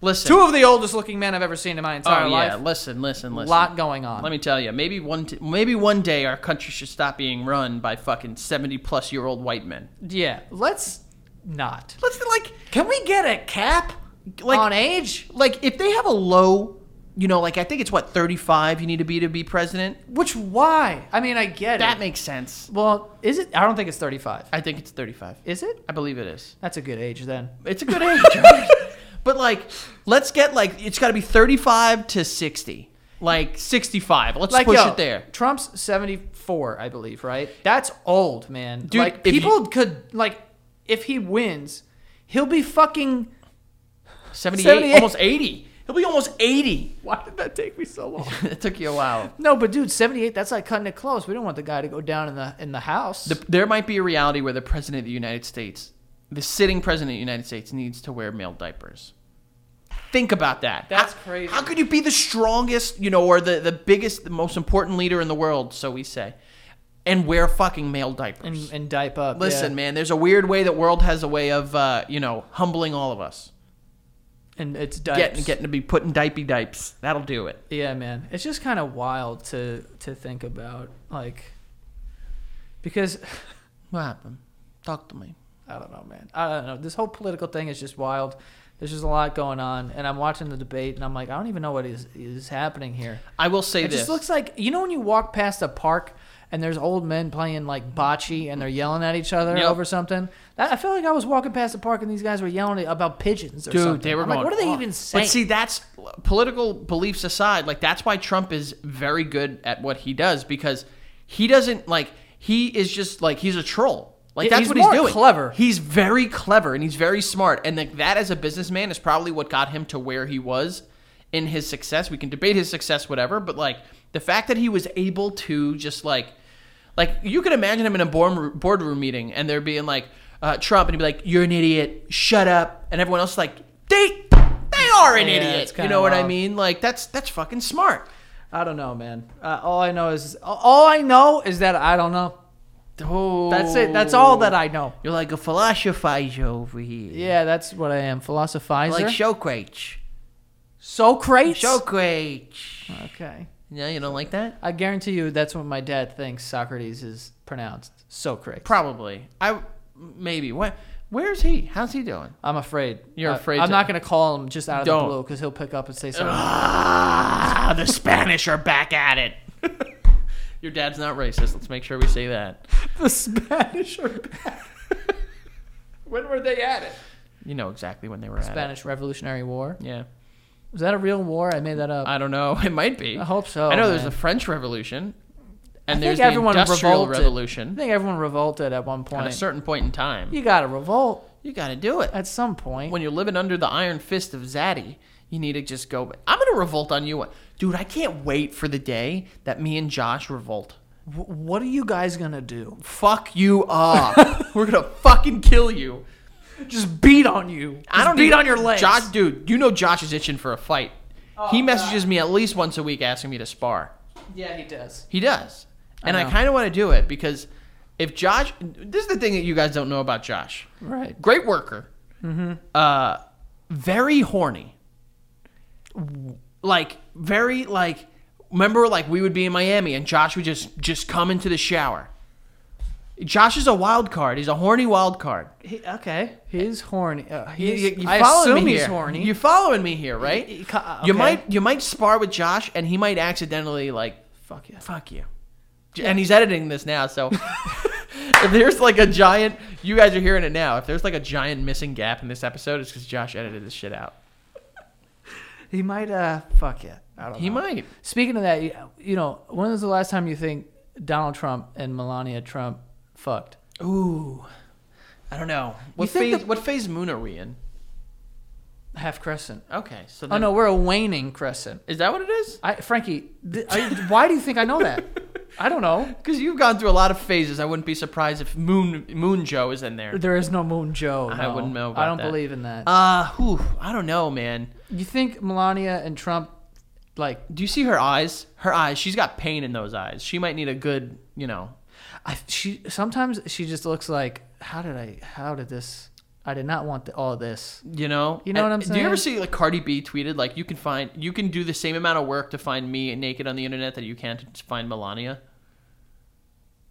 Speaker 3: Listen.
Speaker 2: Two of the oldest looking men I've ever seen in my
Speaker 3: oh
Speaker 2: entire
Speaker 3: yeah.
Speaker 2: life.
Speaker 3: Listen. Listen. Listen.
Speaker 2: lot going on.
Speaker 3: Let me tell you. Maybe one. T- maybe one day our country should stop being run by fucking seventy plus year old white men.
Speaker 2: Yeah, let's not.
Speaker 3: Let's like.
Speaker 2: Can we get a cap
Speaker 3: Like-
Speaker 2: on age?
Speaker 3: like if they have a low you know like i think it's what 35 you need to be to be president
Speaker 2: Which why? I mean, I get
Speaker 3: that
Speaker 2: it.
Speaker 3: makes sense
Speaker 2: well, is it? I don't think it's thirty-five.
Speaker 3: i think it's 35
Speaker 2: Is it?
Speaker 3: i believe it is
Speaker 2: That's a good age then.
Speaker 3: it's a good age right? *laughs* but like let's get like it's got to be 35 to 60 like 65 let's push
Speaker 2: yo,
Speaker 3: it there
Speaker 2: Trump's seventy-four, I believe. Right? That's old, man.
Speaker 3: Dude,
Speaker 2: like
Speaker 3: if
Speaker 2: people could like, if he wins, he'll be
Speaker 3: *laughs*
Speaker 2: fucking.
Speaker 3: 78,
Speaker 2: 78.
Speaker 3: almost 80 he'll be almost 80
Speaker 2: Why did that take me so long?
Speaker 3: *laughs* it took you a while
Speaker 2: *laughs* no, but dude, seventy-eight. That's like cutting it close. We don't want the guy to go down in the in the house.
Speaker 3: the, there might be a reality where the president of the united states the sitting president of the united states needs to wear male diapers Think about that.
Speaker 2: That's
Speaker 3: How-
Speaker 2: crazy.
Speaker 3: How could you be the strongest, you know, or the, the biggest, the most important leader in the world, so we say, and wear fucking male diapers?
Speaker 2: and, and dipe up.
Speaker 3: Listen,
Speaker 2: yeah.
Speaker 3: man, there's a weird way that world has a way of, uh, you know, humbling all of us.
Speaker 2: and it's dipes.
Speaker 3: Getting getting to be put in dipey dipes. That'll do it.
Speaker 2: Yeah, man. It's just kind of wild to to think about like because
Speaker 3: What happened? Talk to me.
Speaker 2: I don't know, man. I don't know. This whole political thing is just wild. There's just a lot going on, and I'm watching the debate, and I'm like, I don't even know what is is happening here.
Speaker 3: I will say
Speaker 2: It
Speaker 3: this.
Speaker 2: just looks like you know when you walk past a park and there's old men playing like bocce and they're yelling at each other
Speaker 3: Yep.
Speaker 2: over something. That, I feel like I was walking past a park and these guys were yelling about pigeons. Or
Speaker 3: Dude,
Speaker 2: something.
Speaker 3: they were
Speaker 2: I'm
Speaker 3: going.
Speaker 2: like, what are they
Speaker 3: off."
Speaker 2: even saying?
Speaker 3: But see, that's political beliefs aside. Like that's why Trump is very good at what he does because he doesn't like he is just like he's a troll. Like
Speaker 2: Yeah,
Speaker 3: that's
Speaker 2: he's
Speaker 3: what he's
Speaker 2: more
Speaker 3: doing.
Speaker 2: clever.
Speaker 3: He's very clever and he's very smart. And like that as a businessman is probably what got him to where he was in his success. We can debate his success, whatever. But like the fact that he was able to just like like you could imagine him in a boardroom, boardroom meeting and they're being like uh, Trump and he'd be like, "You're an idiot. Shut up." And everyone else is like, "They they are an
Speaker 2: Yeah, it's
Speaker 3: idiot." You
Speaker 2: kinda
Speaker 3: know what I
Speaker 2: wild.
Speaker 3: mean? Like that's that's fucking smart.
Speaker 2: I don't know, man. Uh, all I know is all I know is that I don't know.
Speaker 3: Oh,
Speaker 2: That's it. That's all that I know.
Speaker 3: You're like a philosophizer over here.
Speaker 2: Yeah, that's what I am. Philosophizer.
Speaker 3: like Socrates.
Speaker 2: Socrates.
Speaker 3: Socrates.
Speaker 2: okay.
Speaker 3: Yeah, you don't like that?
Speaker 2: I guarantee you that's what my dad thinks Socrates is pronounced. Socrates.
Speaker 3: Probably. I maybe. What? Where's he? How's he doing?
Speaker 2: I'm afraid.
Speaker 3: You're
Speaker 2: I-
Speaker 3: afraid
Speaker 2: I'm
Speaker 3: to-
Speaker 2: not going to call him just out of
Speaker 3: Don't.
Speaker 2: the blue because he'll pick up and say something.
Speaker 3: Ah, the Spanish are back at it. *laughs* Your dad's not racist. Let's make sure we say that.
Speaker 2: *laughs* the Spanish are back.
Speaker 3: When were they at it? You know exactly when they were at
Speaker 2: Spanish Revolutionary War.
Speaker 3: it. Yeah.
Speaker 2: Was that a real war? I made that up. I,
Speaker 3: I don't know. *laughs* It might be.
Speaker 2: hope so.
Speaker 3: I know there's the
Speaker 2: man.
Speaker 3: French Revolution, and
Speaker 2: think
Speaker 3: there's the
Speaker 2: everyone
Speaker 3: Industrial
Speaker 2: revolted. I
Speaker 3: Revolution.
Speaker 2: think everyone revolted at one
Speaker 3: At a
Speaker 2: point.
Speaker 3: certain point in time, you,
Speaker 2: you got to revolt
Speaker 3: got to do it.
Speaker 2: at some point.
Speaker 3: When you're living under the iron fist of Zaddy, you need to just go. I'm gonna revolt on you, dude. I can't wait for the day that me and Josh revolt.
Speaker 2: Wh- what are you guys going to do?
Speaker 3: Fuck you up. We're gonna fucking kill you.
Speaker 2: *laughs* Just beat on you. Just
Speaker 3: I don't
Speaker 2: beat
Speaker 3: even-
Speaker 2: on your legs. Oh,
Speaker 3: Josh, dude. You know Josh is itching for a fight. he messages me at least once a week asking me to spar.
Speaker 2: yeah, he does.
Speaker 3: He does. And I,
Speaker 2: know.
Speaker 3: kind of want to do it because if Josh, this is the thing that you guys don't know about Josh.
Speaker 2: Right.
Speaker 3: Great worker.
Speaker 2: Mm-hmm.
Speaker 3: Uh, very horny. Like very like. Remember, like we would be in Miami and Josh would just just come into the shower. Josh is a wild card. He's a horny wild card.
Speaker 2: He, okay. He's horny. Uh,
Speaker 3: You,
Speaker 2: he's,
Speaker 3: you, you
Speaker 2: I
Speaker 3: following
Speaker 2: assume
Speaker 3: me
Speaker 2: he's
Speaker 3: here.
Speaker 2: horny.
Speaker 3: You're following me here, right?
Speaker 2: y- ca- uh,
Speaker 3: You
Speaker 2: okay.
Speaker 3: might you might spar with Josh, and he might accidentally like fuck you, fuck you. J- And he's editing this
Speaker 2: *laughs*
Speaker 3: now, so if there's like a giant, you guys are hearing it now. If there's like a giant missing gap in this episode, it's because Josh edited this shit out.
Speaker 2: he might. Uh, fuck it. I don't know.
Speaker 3: He might.
Speaker 2: Speaking of that, you, you know, when was the last time you think Donald Trump and Melania Trump fucked?
Speaker 3: Ooh, I don't know. What
Speaker 2: think
Speaker 3: phase?
Speaker 2: the-
Speaker 3: what phase moon are we in?
Speaker 2: Half crescent.
Speaker 3: Okay, so
Speaker 2: Oh
Speaker 3: then,
Speaker 2: no, we're a waning crescent.
Speaker 3: is that what it is?
Speaker 2: I, Frankie, th- I, why do you think I know that? I don't know.
Speaker 3: Because you've gone through a lot of phases. I wouldn't be surprised if Moon Moon Joe is in there.
Speaker 2: There is no Moon Joe.
Speaker 3: I
Speaker 2: no.
Speaker 3: wouldn't know
Speaker 2: I
Speaker 3: about
Speaker 2: don't
Speaker 3: that.
Speaker 2: believe in that.
Speaker 3: Uh, whew, I don't know, man.
Speaker 2: you think Melania and Trump, like,
Speaker 3: Do you see her eyes? Her eyes. She's got pain in those eyes. She might need a good, you know.
Speaker 2: I, she sometimes she just looks like, how did I? How did this? I did not want the, all this.
Speaker 3: You know,
Speaker 2: You know what I'm
Speaker 3: Do you ever
Speaker 2: saying?
Speaker 3: see like Cardi B tweeted like you can find you can do the same amount of work to find me naked on the internet that you can to find Melania?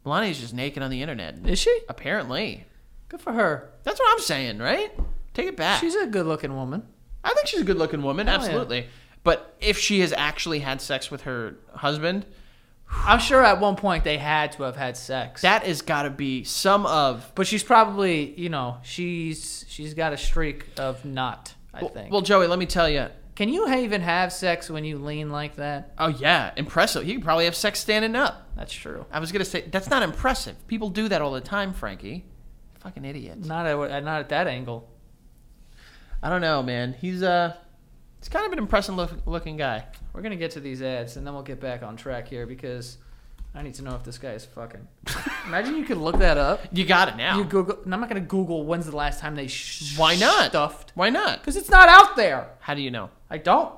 Speaker 3: Melania's just naked on the internet.
Speaker 2: Is she?
Speaker 3: Apparently,
Speaker 2: Good for her.
Speaker 3: that's what I'm saying, right? Take it back.
Speaker 2: She's a good-looking woman.
Speaker 3: I think she's a good-looking woman,
Speaker 2: Hell yeah.
Speaker 3: absolutely. But if she has actually had sex with her husband,
Speaker 2: I'm sure at one point they had to have had sex.
Speaker 3: that has got to be some of
Speaker 2: But she's probably, you know, she's she's got a streak of not. I
Speaker 3: well,
Speaker 2: think.
Speaker 3: well, Joey, let me tell you.
Speaker 2: can you ha- even have sex when you lean like that?
Speaker 3: Oh yeah, impressive. He could probably have sex standing up.
Speaker 2: That's true.
Speaker 3: I was gonna say that's not impressive. People do that all the time, Frankie. Fucking idiot.
Speaker 2: Not at not at that angle.
Speaker 3: I don't know, man. He's uh, he's kind of an impressive look- looking guy.
Speaker 2: We're gonna get to these ads and then we'll get back on track here because I need to know if this guy is
Speaker 3: *laughs*
Speaker 2: fucking. Imagine you could look that up.
Speaker 3: You got it now.
Speaker 2: You Google. and I'm not gonna Google when's the last time they sh-
Speaker 3: Why not?
Speaker 2: stuffed
Speaker 3: Why not?
Speaker 2: because it's not out there.
Speaker 3: How do you know?
Speaker 2: I don't.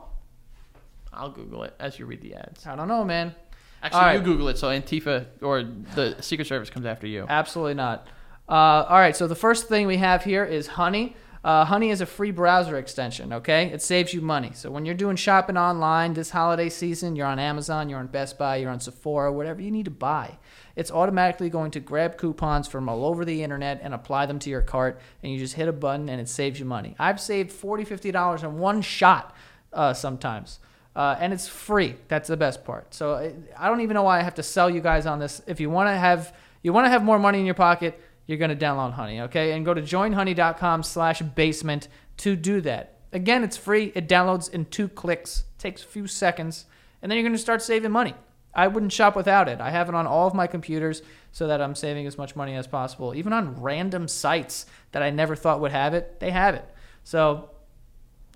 Speaker 3: I'll Google it as you read the ads.
Speaker 2: I don't know, man.
Speaker 3: Actually,
Speaker 2: All right.
Speaker 3: you Google it so Antifa or the Secret Service comes after you.
Speaker 2: Absolutely not. Uh, all right, so the first thing we have here is honey. Uh, Honey is a free browser extension, okay? It saves you money. So when you're doing shopping online this holiday season, you're on Amazon, you're on Best Buy, you're on Sephora, whatever you need to buy, it's automatically going to grab coupons from all over the internet and apply them to your cart, and you just hit a button and it saves you money. I've saved $40, $50 in one shot uh, sometimes. Uh, and it's free. That's the best part. So I, I don't even know why I have to sell you guys on this. If you want to have you want to have more money in your pocket, you're going to download Honey, okay? And go to joinhoney.com slash basement to do that. Again, it's free. It downloads in two clicks, takes a few seconds, and then you're going to start saving money. I wouldn't shop without it. I have it on all of my computers so that I'm saving as much money as possible. Even on random sites that I never thought would have it, they have it. So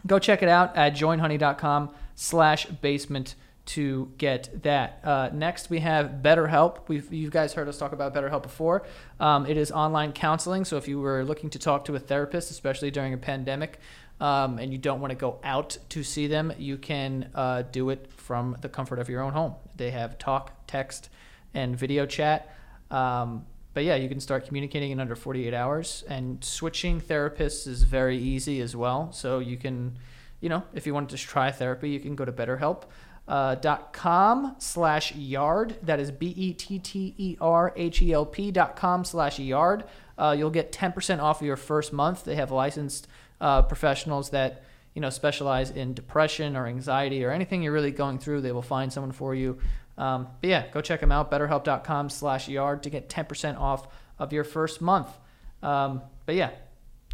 Speaker 2: go check it out at joinhoney.com slash basement to get that. Uh, next, we have BetterHelp. We've, you guys heard us talk about BetterHelp before. Um, it is online counseling, so if you were looking to talk to a therapist, especially during a pandemic, um, and you don't want to go out to see them, you can uh, do it from the comfort of your own home. They have talk, text, and video chat. Um, but yeah, you can start communicating in under 48 hours, and switching therapists is very easy as well. So you can, you know, if you want to just try therapy, you can go to BetterHelp. Uh, dot com slash yard that is E b-e-t-t-e-r-h-e-l-p E dot com slash yard uh, you'll get 10% off of your first month they have licensed uh, professionals that you know specialize in depression or anxiety or anything you're really going through they will find someone for you um, but yeah go check them out betterhelp.com slash yard to get 10% off of your first month um, but yeah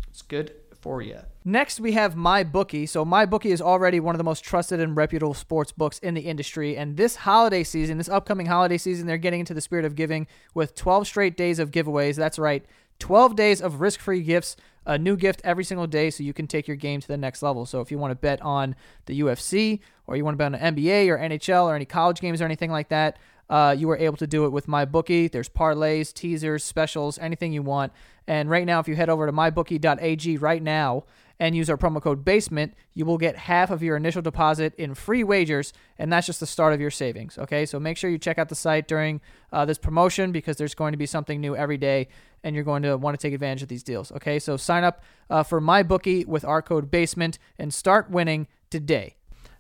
Speaker 2: it's good for you next we have mybookie so mybookie is already one of the most trusted and reputable sports books in the industry and this holiday season this upcoming holiday season they're getting into the spirit of giving with 12 straight days of giveaways that's right 12 days of risk-free gifts a new gift every single day so you can take your game to the next level. So if you want to bet on the UFC or you want to bet on an NBA or NHL or any college games or anything like that, uh, you are able to do it with MyBookie. There's parlays, teasers, specials, anything you want. And right now, if you head over to mybookie.ag right now and use our promo code BASEMENT, you will get half of your initial deposit in free wagers. And that's just the start of your savings. Okay, so make sure you check out the site during uh, this promotion because there's going to be something new every day and you're going to want to take advantage of these deals. Okay, so sign up uh, for MyBookie with our code BASEMENT and start winning today.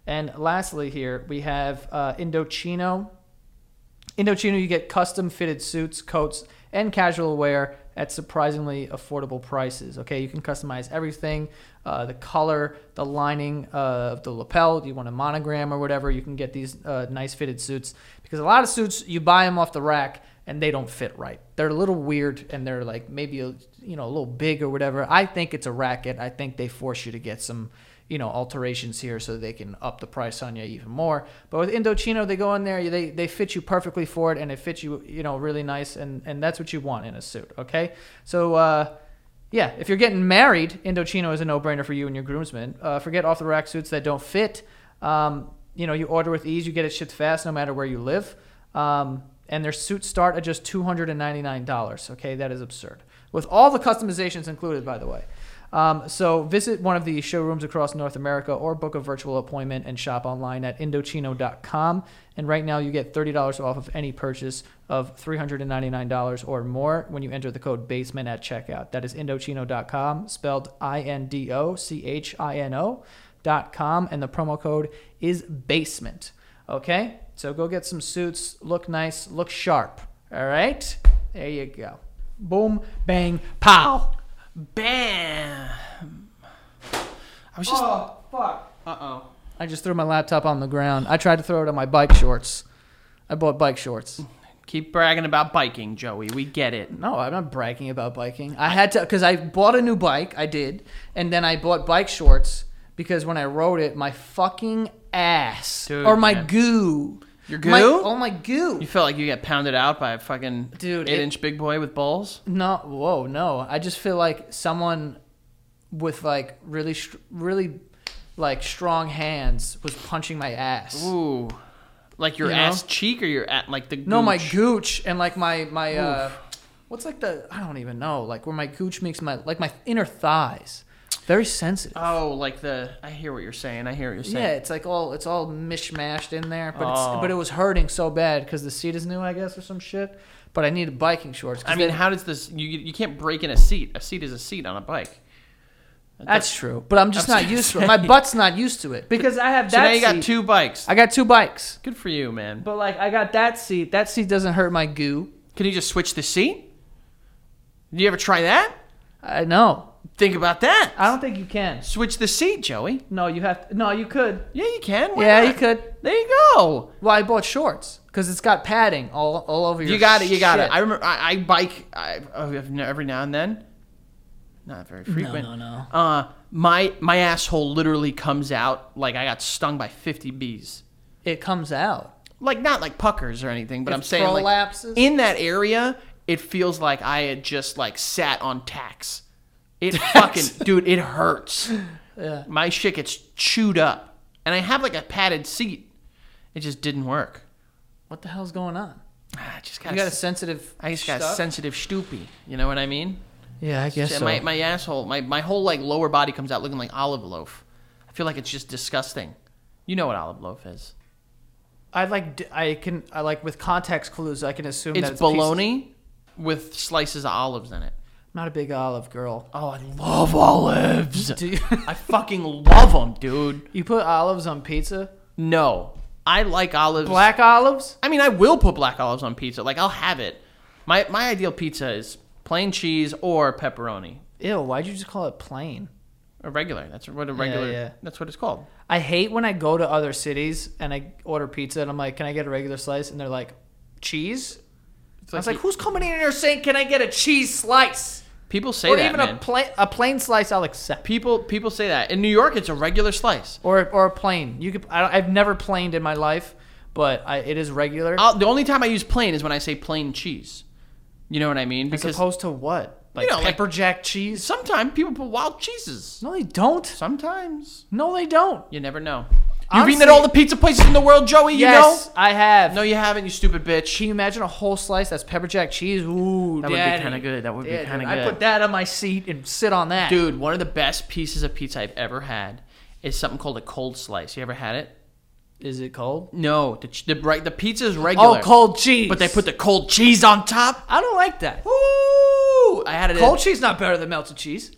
Speaker 2: And lastly, here we have uh, Indochino. Indochino, you get custom fitted suits, coats, and casual wear at surprisingly affordable prices. Okay, you can customize everything uh, the color, the lining uh, of the lapel. Do you want a monogram or whatever? You can get these uh, nice fitted suits because a lot of suits, you buy them off the rack and they don't fit right. They're a little weird and they're like maybe, a, you know, a little big or whatever. I think it's a racket. I think they force you to get some you know alterations here so they can up the price on you even more. But with Indochino, they go in there, they they fit you perfectly for it, and it fits you you know really nice, and and that's what you want in a suit. Okay, so. uh yeah, if you're getting married, Indochino is a no-brainer for you and your groomsmen. Uh, forget off-the-rack suits that don't fit. Um, you know, you order with ease, you get it shipped fast, no matter where you live. Um, and their suits start at just $299. Okay, that is absurd. With all the customizations included, by the way. Um, so visit one of the showrooms across North America or book a virtual appointment and shop online at Indochino.com. And right now you get $30 off of any purchase of $399 or more when you enter the code BASEMENT at checkout. That is Indochino.com, spelled I-N-D-O-C-H-I-N-O dot com. And the promo code is BASEMENT. Okay? So go get some suits, look nice, look sharp. All right? There you go. Boom, bang, pow.
Speaker 3: Bam. I was just.
Speaker 1: Oh fuck!
Speaker 3: Uh oh.
Speaker 2: I just threw my laptop on the ground. I tried to throw it on my bike shorts. I bought bike shorts.
Speaker 3: Keep bragging about biking, Joey. We get it.
Speaker 2: No, I'm not bragging about biking. I had to because I bought a new bike. I did, and then I bought bike shorts because when I rode it, my fucking ass
Speaker 3: Dude,
Speaker 2: or my
Speaker 3: man.
Speaker 2: goo,
Speaker 3: Your
Speaker 2: my,
Speaker 3: goo?
Speaker 2: oh my goo.
Speaker 3: You felt like you got pounded out by a fucking
Speaker 2: Dude, it-
Speaker 3: eight-inch big boy with balls.
Speaker 2: No, whoa, no. I just feel like someone with like really, str- really like strong hands was punching my ass.
Speaker 3: Ooh, like your
Speaker 2: You know?
Speaker 3: ass cheek or your at like the
Speaker 2: No, my
Speaker 3: gooch?
Speaker 2: gooch and like my my uh, what's like the I don't even know like where my gooch makes my like my inner thighs very sensitive.
Speaker 3: Oh, like the I hear what you're saying. I hear what you're saying.
Speaker 2: yeah, it's like all it's all mishmashed in there, but
Speaker 3: Oh.
Speaker 2: it's, but it was hurting so bad because the seat is new, I guess, or some shit. But I needed biking shorts. 'cause
Speaker 3: I mean,
Speaker 2: they-
Speaker 3: how does this? You you can't break in a seat. A seat is a seat on a bike.
Speaker 2: That's true, but I'm just
Speaker 3: I was
Speaker 2: not
Speaker 3: gonna
Speaker 2: used to
Speaker 3: say.
Speaker 2: it. My butt's not used to it because
Speaker 1: because I have
Speaker 3: So
Speaker 1: that.
Speaker 3: now you got
Speaker 1: seat,
Speaker 3: two bikes.
Speaker 2: I got two bikes.
Speaker 3: Good for you, man.
Speaker 2: But like, I got that seat. That seat doesn't hurt my goo.
Speaker 3: Can you just switch the seat? Did you ever try that?
Speaker 2: I know.
Speaker 3: Think about that.
Speaker 2: I don't think you can.
Speaker 3: Switch the seat, Joey.
Speaker 2: No, you have. To, no, you could.
Speaker 3: Yeah, you can. Why
Speaker 2: Yeah,
Speaker 3: not?
Speaker 2: you could.
Speaker 3: There you go.
Speaker 2: Well, I bought shorts because it's got padding all all over your.
Speaker 3: You got it. You got
Speaker 2: shit.
Speaker 3: it. I remember. I, I bike. I, oh, every now and then. Not very frequent.
Speaker 2: no, no.
Speaker 3: Uh, my my asshole literally comes out like I got stung by fifty bees.
Speaker 2: It comes out.
Speaker 3: Like not like puckers or anything, but
Speaker 2: It
Speaker 3: I'm saying like,
Speaker 2: prolapses?
Speaker 3: in that area, it feels like I had just like sat on tacks. It fucking dude, it hurts.
Speaker 2: *laughs* Yeah.
Speaker 3: My shit gets chewed up, and I have like a padded seat. It just didn't work.
Speaker 2: What the hell's going on?
Speaker 3: Ah, I just got.
Speaker 2: You got a sensitive.
Speaker 3: I just got
Speaker 2: stuff?
Speaker 3: sensitive stoopy. You know what I mean?
Speaker 2: Yeah, I guess so.
Speaker 3: my, my asshole, my, my whole like lower body comes out looking like olive loaf. I feel like it's just disgusting. You know what olive loaf is?
Speaker 2: I like. d- I can. I like with context clues. I can assume
Speaker 3: It's,
Speaker 2: that it's pieces-
Speaker 3: bologna with slices of olives in it.
Speaker 2: I'm not a big olive girl.
Speaker 3: Oh, I love
Speaker 2: *laughs*
Speaker 3: olives.
Speaker 2: Do you,
Speaker 3: I fucking love them, dude.
Speaker 2: you put olives on pizza?
Speaker 3: No, I like olives.
Speaker 2: Black olives?
Speaker 3: I mean, I will put black olives on pizza. Like I'll have it. My my ideal pizza is plain cheese or pepperoni.
Speaker 2: Ew, why'd you just call it plain?
Speaker 3: Or regular. That's what a regular.
Speaker 2: yeah.
Speaker 3: That's what it's called.
Speaker 2: I hate when I go to other cities and I order pizza and I'm like, can I get a regular slice? And they're like, cheese?
Speaker 3: It's
Speaker 2: I was like, who's coming in here saying, can I get a cheese slice?
Speaker 3: people say
Speaker 2: Or
Speaker 3: that,
Speaker 2: even
Speaker 3: man.
Speaker 2: a, plain a plain slice, I'll accept.
Speaker 3: People people say that in New York, it's a regular slice.
Speaker 2: Or, or a plain. You could, I don't, I've never planed in my life, but I, it is regular.
Speaker 3: I'll, the only time I use plain is when I say plain cheese. You know what I mean?
Speaker 2: as
Speaker 3: Because
Speaker 2: opposed to what? Like
Speaker 3: know, like-
Speaker 2: pepper jack cheese?
Speaker 3: sometimes people put wild cheeses.
Speaker 2: No, they don't.
Speaker 3: Sometimes
Speaker 2: No, they don't.
Speaker 3: you never know. You've
Speaker 2: Honestly-
Speaker 3: eaten at all the pizza places in the world, Joey.
Speaker 2: yes,
Speaker 3: You
Speaker 2: I have.
Speaker 3: know? No, you haven't. You stupid bitch.
Speaker 2: Can you imagine a whole slice that's pepper jack cheese? Ooh,
Speaker 3: That would be
Speaker 2: daddy.
Speaker 3: kinda good. That would be
Speaker 2: Yeah, dude,
Speaker 3: kinda
Speaker 2: I
Speaker 3: good.
Speaker 2: put that on my seat and sit on that.
Speaker 3: Dude, one of the best pieces of pizza I've ever had is something called a cold slice. You ever had it?
Speaker 2: is it cold?
Speaker 3: No, the ch- the, right, the pizza is
Speaker 2: Oh,
Speaker 3: regular.
Speaker 2: cold cheese.
Speaker 3: But they put the cold cheese on top.
Speaker 2: I don't like that.
Speaker 3: Ooh, I had it.
Speaker 2: Cold cheese not better than melted cheese.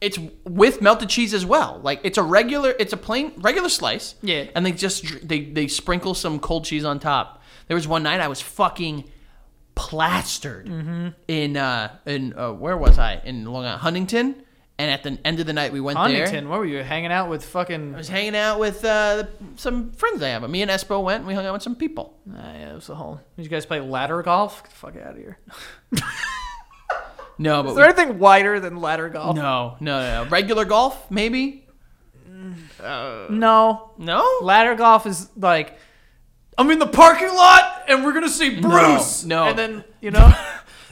Speaker 3: it's with melted cheese as well. Like it's a regular, it's a plain regular slice.
Speaker 2: Yeah.
Speaker 3: And they just dr- they they sprinkle some cold cheese on top. There was one night I was fucking plastered
Speaker 2: Mm-hmm.
Speaker 3: in uh in uh, where was I in Long Island Huntington, and at the end of the night we went there.
Speaker 2: Huntington, where were you hanging out with? Fucking.
Speaker 3: I was hanging out with uh, some friends I have. Me and Espo went. and We hung out with some people.
Speaker 2: Nah, Uh, yeah, it was the whole. Did you guys play ladder golf? Get the fuck out of here. *laughs*
Speaker 3: No, but
Speaker 2: Is
Speaker 3: we-
Speaker 2: there anything whiter than ladder golf?
Speaker 3: no, no, no, no. Regular golf, maybe.
Speaker 2: No.
Speaker 3: No,
Speaker 2: Ladder golf is like, I'm in the parking lot and we're gonna see Bruce.
Speaker 3: no.
Speaker 2: And then you
Speaker 3: *laughs*
Speaker 2: know.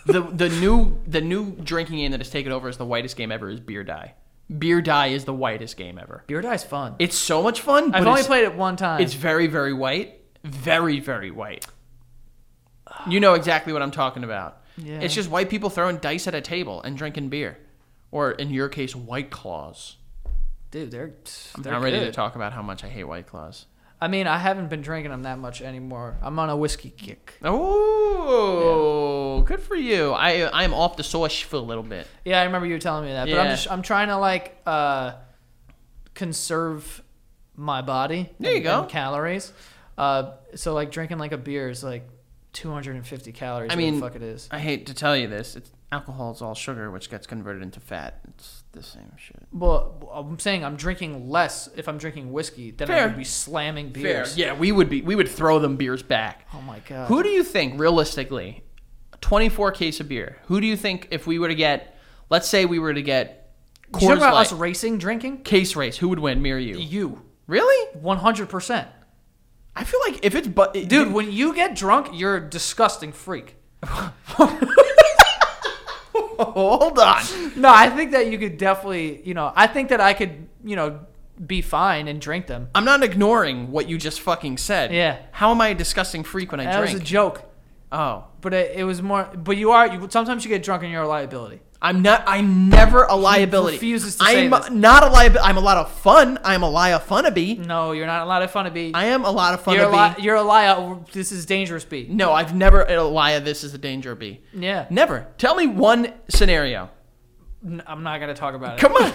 Speaker 3: the the new the new drinking game that has taken over as the whitest game ever is beer die. Beer die is the whitest game ever.
Speaker 2: Beer die's fun.
Speaker 3: It's so much fun.
Speaker 2: I've
Speaker 3: but
Speaker 2: only
Speaker 3: it's,
Speaker 2: played it one time.
Speaker 3: It's very very white, very very white. You know exactly what I'm talking about.
Speaker 2: Yeah.
Speaker 3: It's just white people throwing dice at a table and drinking beer, or in your case, white claws.
Speaker 2: Dude, they're they're
Speaker 3: I'm ready
Speaker 2: good.
Speaker 3: to talk about how much I hate white claws.
Speaker 2: I mean, I haven't been drinking them that much anymore. I'm on a whiskey kick.
Speaker 3: Oh, good for you. I I'm off the sauce for a little bit.
Speaker 2: Yeah, I remember you telling me that. But I'm
Speaker 3: Yeah.
Speaker 2: just I'm trying to like uh conserve my body.
Speaker 3: There you
Speaker 2: and-
Speaker 3: go.
Speaker 2: and calories. Uh, so like drinking like a beer is like 250 calories.
Speaker 3: I
Speaker 2: I mean,
Speaker 3: mean,
Speaker 2: the fuck it is.
Speaker 3: I hate to tell you this. It's alcohol is all sugar, which gets converted into fat. It's the same shit.
Speaker 2: Well, I'm saying I'm drinking less if I'm drinking whiskey than I
Speaker 3: Fair.
Speaker 2: would be slamming beers.
Speaker 3: Yeah, we would be. We would throw them beers back.
Speaker 2: Oh my god.
Speaker 3: Who do you think, realistically, twenty four case of beer? Who do you think if we were to get, let's say we were to get
Speaker 2: you talk
Speaker 3: Coors
Speaker 2: about us
Speaker 3: Light
Speaker 2: racing drinking?
Speaker 3: case race, who would win, me or you?
Speaker 2: You,
Speaker 3: Really?
Speaker 2: 100 percent.
Speaker 3: I feel like if it's but
Speaker 2: *laughs* Dude, when you get drunk, you're a disgusting freak.
Speaker 3: hold on.
Speaker 2: No, I think that you could definitely, you know, I think that I could, you know, be fine and drink them.
Speaker 3: I'm not ignoring what you just fucking said.
Speaker 2: Yeah.
Speaker 3: How am I a disgusting freak when I
Speaker 2: That was a
Speaker 3: drink?
Speaker 2: joke,
Speaker 3: oh.
Speaker 2: but it, it was more. But you are. You, sometimes you get drunk and you're a liability.
Speaker 3: I'm not. I'm never a liability.
Speaker 2: refuses to say
Speaker 3: I'm
Speaker 2: this.
Speaker 3: not a liability. I'm a lot of fun. I'm a lie of fun to be.
Speaker 2: No, you're not a lot of fun to be.
Speaker 3: I am a lot of fun
Speaker 2: you're,
Speaker 3: to
Speaker 2: a li-
Speaker 3: be.
Speaker 2: you're a liar. This is dangerous. Be
Speaker 3: No, I've never a lie of this is a danger be.
Speaker 2: yeah.
Speaker 3: Never. Tell me one scenario.
Speaker 2: N- I'm not gonna talk about it.
Speaker 3: Come on,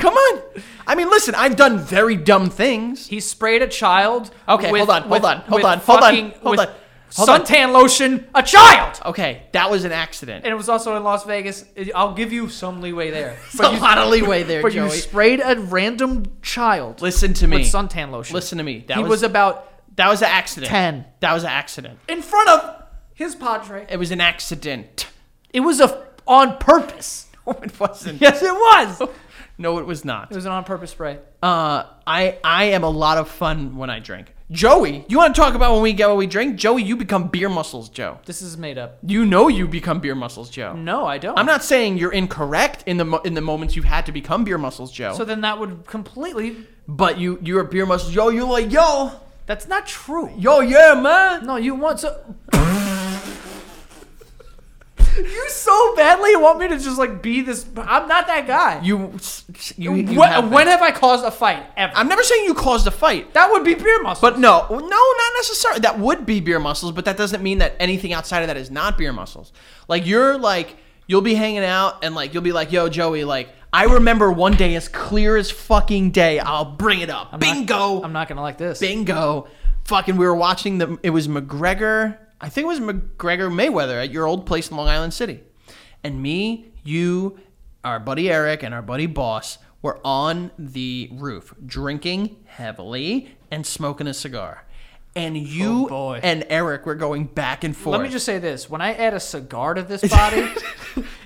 Speaker 3: come on. I mean, listen, I've done very dumb things.
Speaker 2: He sprayed a child.
Speaker 3: Okay,
Speaker 2: with-
Speaker 3: hold on, hold
Speaker 2: with-
Speaker 3: on, hold
Speaker 2: with
Speaker 3: on, hold on,
Speaker 2: fucking-
Speaker 3: hold
Speaker 2: with
Speaker 3: on, hold on.
Speaker 2: Suntan lotion, a child,
Speaker 3: Okay, that was an accident.
Speaker 2: and it was also in Las Vegas. I- I'll give you some leeway *laughs* there.
Speaker 3: It's a lot of leeway there,
Speaker 2: But
Speaker 3: Joey.
Speaker 2: you sprayed a random child
Speaker 3: listen to me.
Speaker 2: with suntan lotion.
Speaker 3: Listen to me. That
Speaker 2: he was,
Speaker 3: was,
Speaker 2: about
Speaker 3: that was an accident.
Speaker 2: ten
Speaker 3: That was an accident.
Speaker 2: in front of his padre.
Speaker 3: It was an accident. *laughs*
Speaker 2: It was a on purpose.
Speaker 3: No, it wasn't.
Speaker 2: Yes, it was. It
Speaker 3: No, it was not.
Speaker 2: was an on purpose spray.
Speaker 3: Uh, I I am a lot of fun when I drink. Joey, you want to talk about when we get what we drink? Joey, you become beer muscles, Joe.
Speaker 2: This is made up.
Speaker 3: You know you become beer muscles, Joe.
Speaker 2: No, I don't.
Speaker 3: I'm not saying you're incorrect in the mo- in the moments you've had to become beer muscles, Joe.
Speaker 2: So then that would completely.
Speaker 3: but you you're a beer muscles, yo. You're like yo,
Speaker 2: That's not true.
Speaker 3: yo, yeah, man.
Speaker 2: No, you want so. *laughs* you so badly want me to just like be this. I'm not that guy.
Speaker 3: You s- s- you, you
Speaker 2: when
Speaker 3: have
Speaker 2: have,
Speaker 3: been.
Speaker 2: when have I caused a fight ever?
Speaker 3: I'm never saying you caused a fight,
Speaker 2: that would be beer muscle.
Speaker 3: but no, no, not necessarily. That would be beer muscles, but that doesn't mean that anything outside of that is not beer muscles. Like you're like you'll be hanging out and like you'll be like, yo, Joey, like I remember one day as clear as fucking day. I'll bring it up. Bingo.
Speaker 2: I'm not gonna like this.
Speaker 3: bingo. Fucking, we were watching the. It was McGregor. I think it was McGregor Mayweather at your old place in Long Island City, and me, you, our buddy Eric, and our buddy Boss were on the roof drinking heavily and smoking a cigar, and you
Speaker 2: Oh, boy.
Speaker 3: and Eric were going back and forth.
Speaker 2: Let me just say this: when I add a cigar to
Speaker 3: *laughs*
Speaker 2: this body,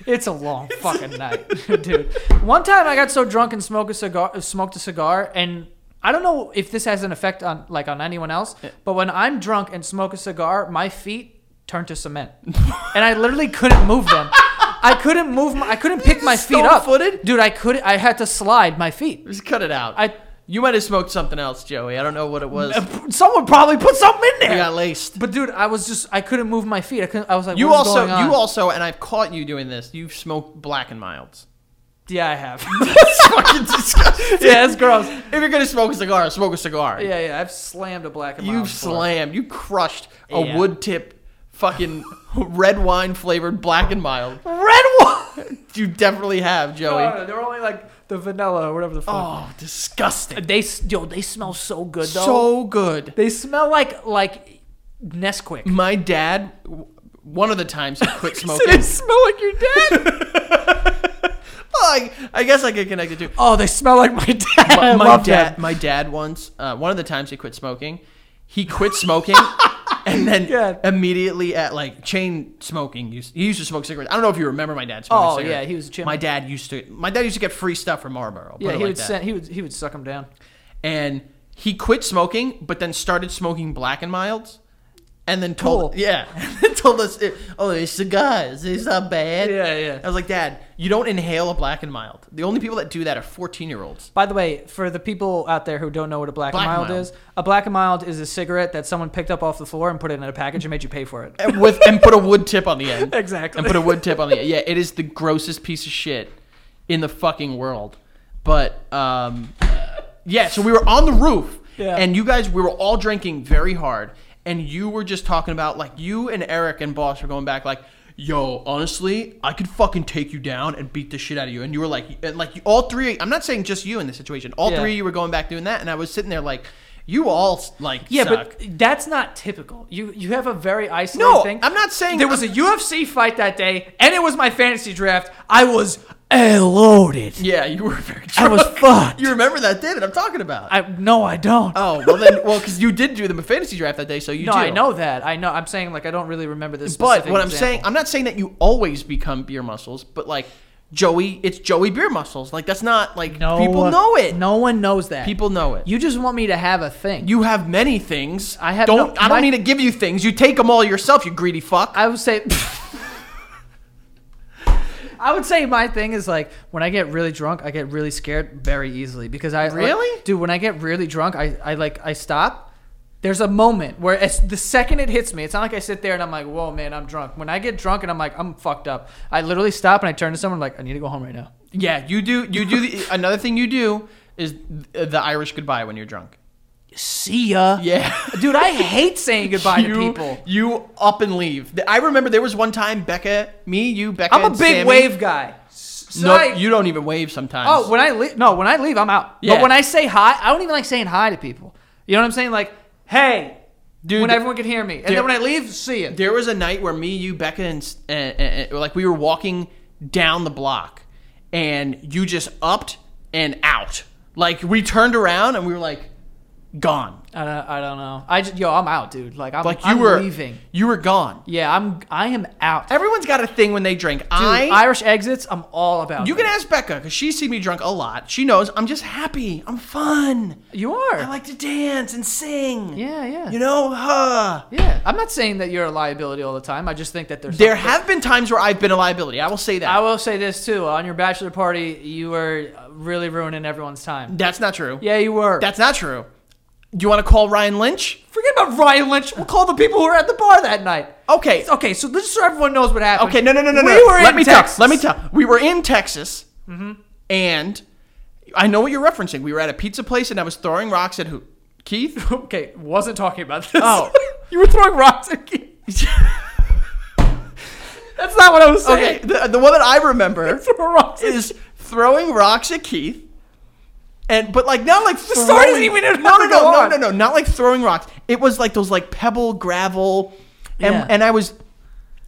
Speaker 2: it's a long fucking night, *laughs* dude. One time I got so drunk and smoked a cigar, smoked a cigar, and I don't know if this has an effect on like on anyone else, but when I'm drunk and smoke a cigar, my feet turn to cement, and I literally couldn't move them. I couldn't move. My, I
Speaker 3: *laughs*
Speaker 2: couldn't pick my feet up,
Speaker 3: stone-footed?
Speaker 2: dude. I could. I had to slide my feet.
Speaker 3: Just cut it out.
Speaker 2: I-
Speaker 3: you might have smoked something else, Joey. I don't know what
Speaker 2: *laughs*
Speaker 3: it was. You
Speaker 2: Someone probably put something in there.
Speaker 3: got laced.
Speaker 2: but dude, I was just I couldn't move my feet. I couldn't. I was like,
Speaker 3: You
Speaker 2: what is
Speaker 3: also,
Speaker 2: going on?
Speaker 3: you also, and I've caught you doing this. You've smoked black and milds.
Speaker 2: yeah, I *laughs* have.
Speaker 3: It's fucking disgusting.
Speaker 2: yeah, it's gross.
Speaker 3: If you're gonna smoke a cigar, smoke a cigar.
Speaker 2: Yeah, yeah, I've slammed a black and mild
Speaker 3: You've
Speaker 2: before.
Speaker 3: slammed, you crushed a
Speaker 2: Yeah.
Speaker 3: wood tip,
Speaker 2: *laughs*
Speaker 3: fucking red wine flavored black and mild.
Speaker 2: red one.
Speaker 3: You definitely have, Joey.
Speaker 2: No, no, they're only like the vanilla or whatever the fuck.
Speaker 3: Oh, disgusting.
Speaker 2: They s- yo, they smell so good though.
Speaker 3: So good.
Speaker 2: they smell like like Nesquik.
Speaker 3: My dad, w- one of the times he
Speaker 2: *laughs*
Speaker 3: quit
Speaker 2: they
Speaker 3: smoking.
Speaker 2: smell like your dad.
Speaker 3: Like, I guess I could connect it to.
Speaker 2: *laughs* oh, they smell like my dad.
Speaker 3: *laughs* my,
Speaker 2: I
Speaker 3: my
Speaker 2: love
Speaker 3: dad
Speaker 2: that.
Speaker 3: my dad once uh, one of the times he quit smoking he
Speaker 2: *laughs*
Speaker 3: quit smoking and then
Speaker 2: God.
Speaker 3: immediately at like chain smoking used, he used to smoke cigarettes i don't know if you remember my dad smoking
Speaker 2: Oh,
Speaker 3: cigarettes.
Speaker 2: yeah, he was a chimney.
Speaker 3: my dad used to my dad used to get free stuff from marlboro put
Speaker 2: Yeah,
Speaker 3: it
Speaker 2: he
Speaker 3: like
Speaker 2: would
Speaker 3: that.
Speaker 2: send, he would he would suck them down.
Speaker 3: and he quit smoking but then started smoking black and milds and then told
Speaker 2: Cool.
Speaker 3: yeah *laughs* told us it, oh it's cigars it's not bad
Speaker 2: Yeah, yeah.
Speaker 3: i was like dad you don't inhale a black and mild the only people that do that are 14 year olds
Speaker 2: By the way, for the people out there who don't know what a black,
Speaker 3: Black
Speaker 2: and mild,
Speaker 3: mild.
Speaker 2: is, a black and mild is a cigarette that someone picked up off the floor and put it in a package and made you pay for it.
Speaker 3: And *laughs* with and put a wood tip on the end.
Speaker 2: Exactly.
Speaker 3: And put a wood tip on the end. Yeah, it is the grossest piece of shit in the fucking world. But um yeah, so we were on the roof
Speaker 2: Yeah.
Speaker 3: and you guys we were all drinking very hard and you were just talking about like you and Eric and Boss were going back like Yo, honestly, I could fucking take you down and beat the shit out of you. And you were like, and like you- all three. I'm not saying just you in this situation. All
Speaker 2: Yeah.
Speaker 3: three of you were going back doing that, and I was sitting there like, you all like,
Speaker 2: Yeah,
Speaker 3: suck.
Speaker 2: but that's not typical. You you have a very isolated
Speaker 3: no,
Speaker 2: thing.
Speaker 3: I'm not saying
Speaker 2: There was a UFC fight that day, and it was my fantasy draft. I was loaded.
Speaker 3: Yeah, you were very
Speaker 2: I
Speaker 3: drunk. *laughs*
Speaker 2: was fucked.
Speaker 3: You remember that, did it? I'm talking about.
Speaker 2: I no, I don't.
Speaker 3: oh, well then, well, because you did do the fantasy draft that day, so you
Speaker 2: no,
Speaker 3: do.
Speaker 2: I know that. I know. I'm saying like I don't really remember this.
Speaker 3: But
Speaker 2: specific
Speaker 3: what I'm
Speaker 2: example.
Speaker 3: saying, I'm not saying that you always become beer muscles, but like Joey, it's Joey beer muscles. Like that's not like people know it.
Speaker 2: No one knows that.
Speaker 3: People know it. You,
Speaker 2: you just want me to have a thing.
Speaker 3: you have many things.
Speaker 2: I have
Speaker 3: Don't.
Speaker 2: no-
Speaker 3: I don't
Speaker 2: my-
Speaker 3: need to give you things. You take them all yourself. You greedy fuck.
Speaker 2: I would say. *laughs* I would say my thing is like when I get really drunk, I get really scared very easily because I like-
Speaker 3: Really?
Speaker 2: dude. When I get really drunk, I, I like I stop. There's a moment where it's the second it hits me, it's not like I sit there and I'm like, whoa, man, I'm drunk. When I get drunk and I'm like, I'm fucked up, I literally stop and I turn to someone like, I need to go home right now.
Speaker 3: yeah, you do. You do. The, another thing you do is th- the Irish goodbye when you're drunk.
Speaker 2: See ya.
Speaker 3: Yeah.
Speaker 2: Dude, I hate saying goodbye
Speaker 3: you,
Speaker 2: to people.
Speaker 3: You up and leave. I remember there was one time Becca, me, you, Becca.
Speaker 2: I'm a
Speaker 3: and
Speaker 2: big
Speaker 3: Sammy-
Speaker 2: wave guy. S- So
Speaker 3: no,
Speaker 2: I-
Speaker 3: you don't even wave sometimes.
Speaker 2: Oh, when I leave, no, when I leave, I'm out.
Speaker 3: Yeah.
Speaker 2: But when I say hi, I don't even like saying hi to people. You know what I'm saying? Like, hey,
Speaker 3: Dude,
Speaker 2: when
Speaker 3: th-
Speaker 2: everyone can hear me, and
Speaker 3: there-
Speaker 2: then when I leave, see you.
Speaker 3: There was a night where me, you, Becca, and, s- and, and- and- like we were walking down the block, and you just upped and out. Like we turned around and we were like, gone.
Speaker 2: I don't, I don't know. I just, yo, I'm out, dude. Like, I'm,
Speaker 3: Like you
Speaker 2: I'm
Speaker 3: were
Speaker 2: leaving.
Speaker 3: You were gone.
Speaker 2: Yeah, I'm, I am out. Dude,
Speaker 3: Everyone's got a thing when they drink. I,
Speaker 2: Irish exits, I'm all about.
Speaker 3: you
Speaker 2: that.
Speaker 3: can ask Becca because she's seen me drunk a lot. She knows I'm just happy. I'm fun.
Speaker 2: you are.
Speaker 3: I like to dance and sing.
Speaker 2: yeah, yeah,
Speaker 3: You know, huh.
Speaker 2: yeah. I'm not saying that you're a liability all the time. I just think that there's
Speaker 3: There have been times where I've been a liability. I will say that.
Speaker 2: I will say this too. On your bachelor party, you were really ruining everyone's time.
Speaker 3: That's not true.
Speaker 2: Yeah, you were.
Speaker 3: That's not true. Do you want to call Ryan Lynch?
Speaker 2: Forget about Ryan Lynch. We'll call the people who were at the bar that night.
Speaker 3: Okay.
Speaker 2: Okay, so just so everyone knows what happened.
Speaker 3: Okay. No. No. No. No.
Speaker 2: we
Speaker 3: no.
Speaker 2: Were
Speaker 3: Let
Speaker 2: in
Speaker 3: me
Speaker 2: Texas. Mm-hmm.
Speaker 3: tell. Let me tell. We were in Texas, and I know what you're referencing. We were at a pizza place, and I was throwing rocks at who? Keith.
Speaker 2: *laughs* Okay, wasn't talking about this.
Speaker 3: Oh.
Speaker 2: *laughs* you were throwing rocks at Keith. That's not what I was
Speaker 3: Okay.
Speaker 2: *laughs* saying.
Speaker 3: *laughs* The, the one that I
Speaker 2: *laughs*
Speaker 3: remember
Speaker 2: Throw rocks at-
Speaker 3: is throwing rocks at Keith. And but like not like the
Speaker 2: story doesn't even have
Speaker 3: no
Speaker 2: to go
Speaker 3: no no no
Speaker 2: on.
Speaker 3: no no not like throwing rocks. It was like those like pebble gravel, and
Speaker 2: Yeah.
Speaker 3: and I was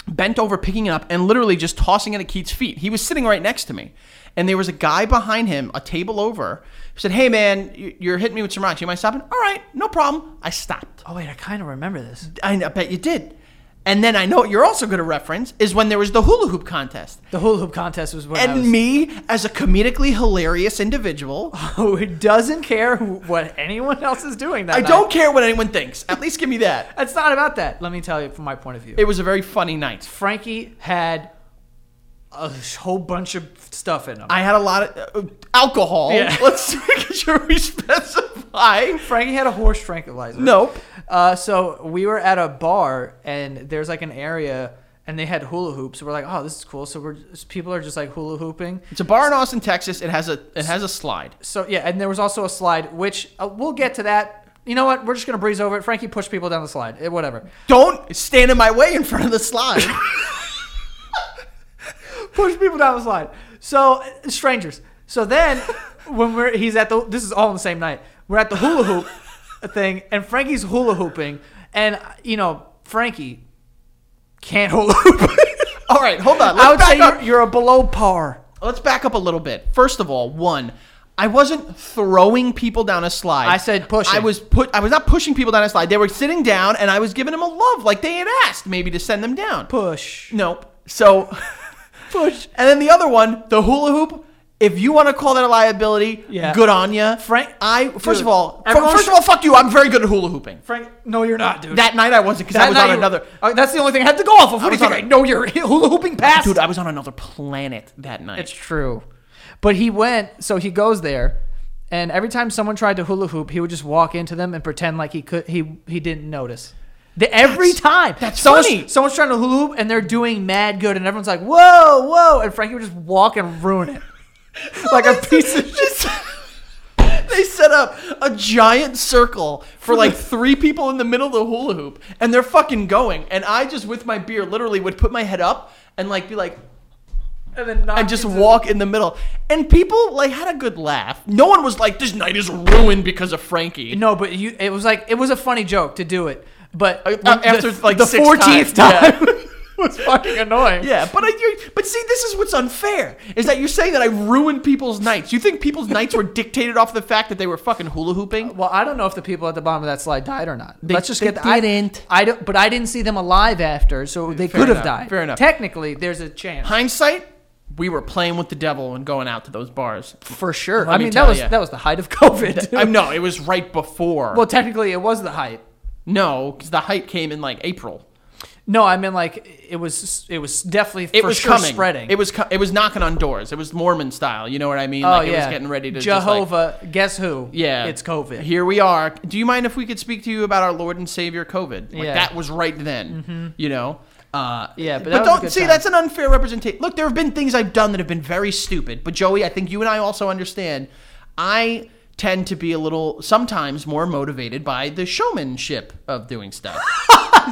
Speaker 3: bent over picking it up and literally just tossing it at Keith's feet. He was sitting right next to me, and there was a guy behind him, a table over, who said, "Hey man, you- you're hitting me with some rocks. You mind stopping? All right, no problem. I stopped.
Speaker 2: Oh wait, I kind of remember this.
Speaker 3: I I bet you did. And then I know what you're also going to reference is when there was the hula hoop contest.
Speaker 2: The hula hoop contest was when I *laughs*
Speaker 3: And
Speaker 2: was- Oh,
Speaker 3: me, as a comedically hilarious individual,
Speaker 2: who doesn't care who, what anyone else is doing that
Speaker 3: I
Speaker 2: night.
Speaker 3: don't care what anyone thinks. At least give me that.
Speaker 2: It's not about that. Let me tell you from my point of view.
Speaker 3: It was a very funny night.
Speaker 2: Frankie had a whole bunch of stuff in him.
Speaker 3: I had a lot of uh, alcohol.
Speaker 2: Yeah.
Speaker 3: *laughs* Let's make sure we *laughs* specify.
Speaker 2: Frankie had a horse tranquilizer.
Speaker 3: Nope.
Speaker 2: Uh, so we were at a bar and there's like an area and they had hula hoops. We're like, oh, this is cool. So we're just, people are just like hula hooping.
Speaker 3: It's a bar in Austin, Texas. It has a it has a slide.
Speaker 2: So yeah, and there was also a slide, which uh, we'll get to that. You know what? We're just gonna breeze over it. Frankie pushed people down the slide. It, whatever.
Speaker 3: Don't stand in my way in front of the slide.
Speaker 2: Push people down the slide. So uh, strangers. So *laughs* then when we're he's at the this is all on the same night. We're at the hula hoop *laughs* thing, and Frankie's hula hooping, and you know Frankie can't hula *laughs* hoop.
Speaker 3: All right, hold on. Let's
Speaker 2: I would
Speaker 3: back
Speaker 2: say
Speaker 3: up.
Speaker 2: you're, you're a below par.
Speaker 3: Let's back up a little bit. First of all, one, I wasn't throwing people down a slide.
Speaker 2: I said pushing.
Speaker 3: I was put. I was not pushing people down a slide. They were sitting down, and I was giving them a love, like they had asked maybe to send them down.
Speaker 2: Push.
Speaker 3: Nope. So *laughs* push. And then the other one, the hula hoop. If you want to call that a liability,
Speaker 2: Yeah.
Speaker 3: good on you, Frank. I first of all, fir-
Speaker 2: everyone
Speaker 3: first of all, fuck you. I'm very good at hula hooping.
Speaker 2: Frank, no, you're not, dude.
Speaker 3: That night I wasn't because I was on another.
Speaker 2: uh, that's the only thing I had to go off of. What do
Speaker 3: was
Speaker 2: you think?
Speaker 3: on
Speaker 2: I
Speaker 3: a-
Speaker 2: know you're *laughs* hula hooping past.
Speaker 3: Dude, I was on another planet that night.
Speaker 2: it's true. But he went, so he goes there, and every time someone tried to hula hoop, he would just walk into them and pretend like he could. He he didn't notice. The, every time,
Speaker 3: that's
Speaker 2: someone's,
Speaker 3: funny.
Speaker 2: Someone's trying to hula hoop and they're doing mad good, and everyone's like, "Whoa, whoa!" And Frankie would just walk and ruin
Speaker 3: *laughs*
Speaker 2: it, like a piece of shit.
Speaker 3: Just- they set up a giant circle
Speaker 2: *laughs*
Speaker 3: for like three people in the middle of the hula hoop, and they're fucking going. And I just, with my beer, literally would put my head up and like be like,
Speaker 2: *laughs* And then knock
Speaker 3: and just
Speaker 2: into-
Speaker 3: walk in the middle. And people like had a good laugh. No one was like, "This night is ruined because of Frankie."
Speaker 2: No, but you. It was like it was a funny joke to do it, but
Speaker 3: Uh, after, like,
Speaker 2: the
Speaker 3: six
Speaker 2: fourteenth
Speaker 3: times,
Speaker 2: time, *laughs* was fucking annoying.
Speaker 3: Yeah, but I, you but see, this is what's unfair is that you're saying that I ruined people's nights. You think people's nights were *laughs* dictated off the fact that they were fucking hula hooping?
Speaker 2: Well, I don't know if the people at the bottom of that slide died or not. Let's just
Speaker 3: they
Speaker 2: get. The, I-
Speaker 3: didn't.
Speaker 2: I, don't. But I didn't see them alive after, so they
Speaker 3: Fair
Speaker 2: could
Speaker 3: enough,
Speaker 2: have died.
Speaker 3: fair enough.
Speaker 2: Technically, there's a chance
Speaker 3: Hindsight, we were playing with the devil and going out to those bars.
Speaker 2: for sure.
Speaker 3: Let
Speaker 2: I
Speaker 3: me
Speaker 2: mean,
Speaker 3: tell
Speaker 2: that was
Speaker 3: ya.
Speaker 2: that was the height of COVID.
Speaker 3: I know it was right before.
Speaker 2: *laughs* well, technically, it was the height.
Speaker 3: no, because the hype came in like April.
Speaker 2: No, I mean like it was. It was definitely
Speaker 3: It
Speaker 2: for
Speaker 3: was
Speaker 2: sure
Speaker 3: coming.
Speaker 2: spreading.
Speaker 3: It was co- it was knocking on doors. It was Mormon style. You know what I mean?
Speaker 2: oh
Speaker 3: like,
Speaker 2: yeah,
Speaker 3: It was getting ready to just, like-
Speaker 2: Jehovah. guess who?
Speaker 3: yeah,
Speaker 2: it's COVID.
Speaker 3: *laughs* Here we are. Do you mind if we could speak to you about our Lord and Savior COVID? Like
Speaker 2: Yeah. Mm-hmm.
Speaker 3: that was right then. You know. Uh,
Speaker 2: Yeah, but that
Speaker 3: but
Speaker 2: was a
Speaker 3: don't
Speaker 2: good
Speaker 3: see
Speaker 2: time.
Speaker 3: that's an unfair representation. Look, there have been things I've done that have been very stupid. But Joey, I think you and I also understand. I tend to be a little sometimes more motivated by the showmanship of doing stuff.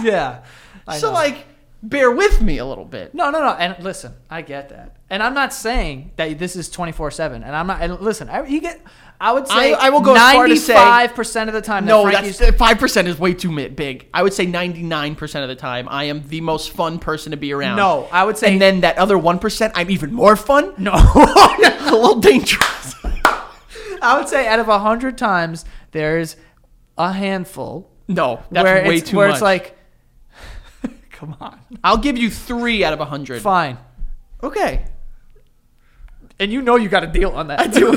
Speaker 2: yeah. *laughs* I
Speaker 3: so
Speaker 2: know.
Speaker 3: like bear with me a little bit.
Speaker 2: No, no, no. And listen, I get that. And I'm not saying that this is 24/7. And I'm not and listen, I you get I would say
Speaker 3: I- I will go as far to say-
Speaker 2: 95% of the time that
Speaker 3: No,
Speaker 2: Frankie's
Speaker 3: that's five percent is way too mi- big. I would say ninety nine percent of the time, I am the most fun person to be around.
Speaker 2: No, I would say-
Speaker 3: and then that other one percent, I'm even more fun.
Speaker 2: No.
Speaker 3: *laughs* a little dangerous.
Speaker 2: I would say out of 100 times there's a handful
Speaker 3: No, that's
Speaker 2: where
Speaker 3: way
Speaker 2: it's,
Speaker 3: too
Speaker 2: where
Speaker 3: much.
Speaker 2: it's
Speaker 3: *laughs*
Speaker 2: like come on.
Speaker 3: I'll give you three out of a hundred.
Speaker 2: Fine.
Speaker 3: Okay,
Speaker 2: And you know you got a deal on that. *laughs*
Speaker 3: I *laughs* do.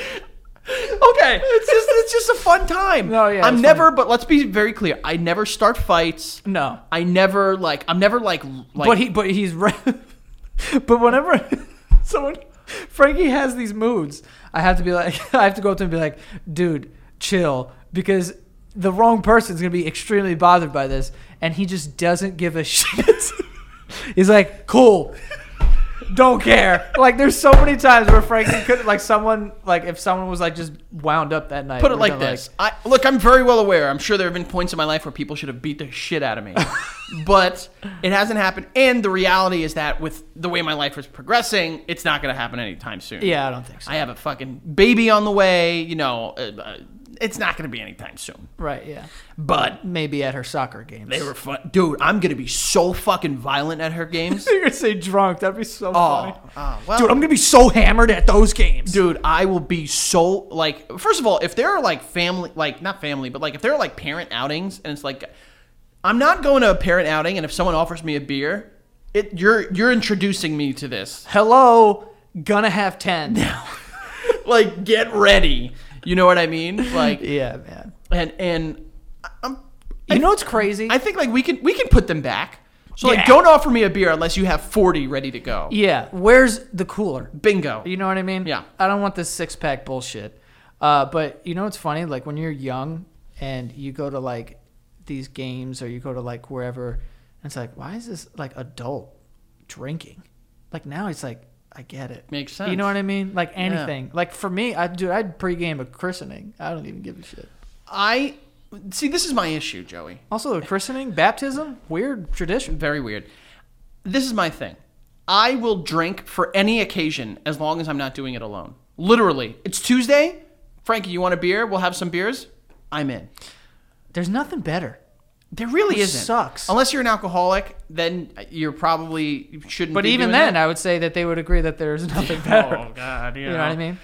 Speaker 3: okay, it's just it's just a fun time.
Speaker 2: No, yeah,
Speaker 3: I'm
Speaker 2: it's
Speaker 3: never. But let's be very clear. I never start fights.
Speaker 2: No.
Speaker 3: I never like. I'm never like. like
Speaker 2: but he but he's right. *laughs* but whenever *laughs* someone Frankie has these moods, I have to be like *laughs* I have to go up to him and be like, dude, chill because the wrong person's gonna be extremely bothered by this, and he just doesn't give a *laughs* shit. he's like, cool. Don't care. Like there's so many times where Frankie could like someone like if someone was like just wound up that night.
Speaker 3: Put it
Speaker 2: would've
Speaker 3: like
Speaker 2: been
Speaker 3: this. I look, I'm very well aware. I'm sure there have been points in my life where people should have beat the shit out
Speaker 2: *laughs*
Speaker 3: of me. but it hasn't happened and the reality is that with the way my life is progressing, it's not going to happen anytime soon.
Speaker 2: yeah, I don't think so.
Speaker 3: I have a fucking baby on the way, you know, uh, uh, it's not going to be anytime soon.
Speaker 2: right? Yeah.
Speaker 3: But
Speaker 2: Maybe at her soccer games. *laughs*
Speaker 3: they were fun. Dude, I'm going to be so fucking violent at
Speaker 2: *laughs*
Speaker 3: her games.
Speaker 2: You're gonna say drunk. That'd be so funny.
Speaker 3: oh, oh, well.
Speaker 2: Dude, I'm gonna be so hammered at those games.
Speaker 3: Dude, I will be so like. First of all, if there are like family, like not family, but like if there are like parent outings, and it's like, I'm not going to a parent outing, and if someone offers me a beer, it you're you're introducing me to this. *laughs*
Speaker 2: Hello, gonna have ten.
Speaker 3: like, get ready. You know what I mean? Like,
Speaker 2: yeah, man.
Speaker 3: and and I'm,
Speaker 2: You know what's crazy?
Speaker 3: I think like we can we can put them back. So
Speaker 2: Yeah.
Speaker 3: like, don't offer me a beer unless you have forty ready to go.
Speaker 2: yeah. Where's the cooler?
Speaker 3: Bingo.
Speaker 2: You know what I mean?
Speaker 3: Yeah.
Speaker 2: I don't want this six pack bullshit. Uh, but you know what's funny? Like when you're young and you go to like these games or you go to like wherever, and it's like, why is this like adult drinking? Like now it's like, I get it.
Speaker 3: Makes
Speaker 2: You
Speaker 3: sense.
Speaker 2: know what I mean? Like anything. Like for me, I dude, I'd pregame a christening. I don't even give a shit.
Speaker 3: I see. This is my issue, Joey.
Speaker 2: Also, the christening, baptism, weird tradition.
Speaker 3: Very weird. This is my thing. I will drink for any occasion as long as I'm not doing it alone. Literally. It's Tuesday. Frankie, you want a beer? We'll have some beers. I'm in.
Speaker 2: There's nothing better.
Speaker 3: There really
Speaker 2: Which
Speaker 3: isn't.
Speaker 2: sucks.
Speaker 3: Unless you're an alcoholic, then you're probably you shouldn't.
Speaker 2: But
Speaker 3: be
Speaker 2: even
Speaker 3: doing
Speaker 2: then,
Speaker 3: that.
Speaker 2: I would say that they would agree that there's nothing better.
Speaker 3: *laughs* oh god, yeah.
Speaker 2: you know what I mean?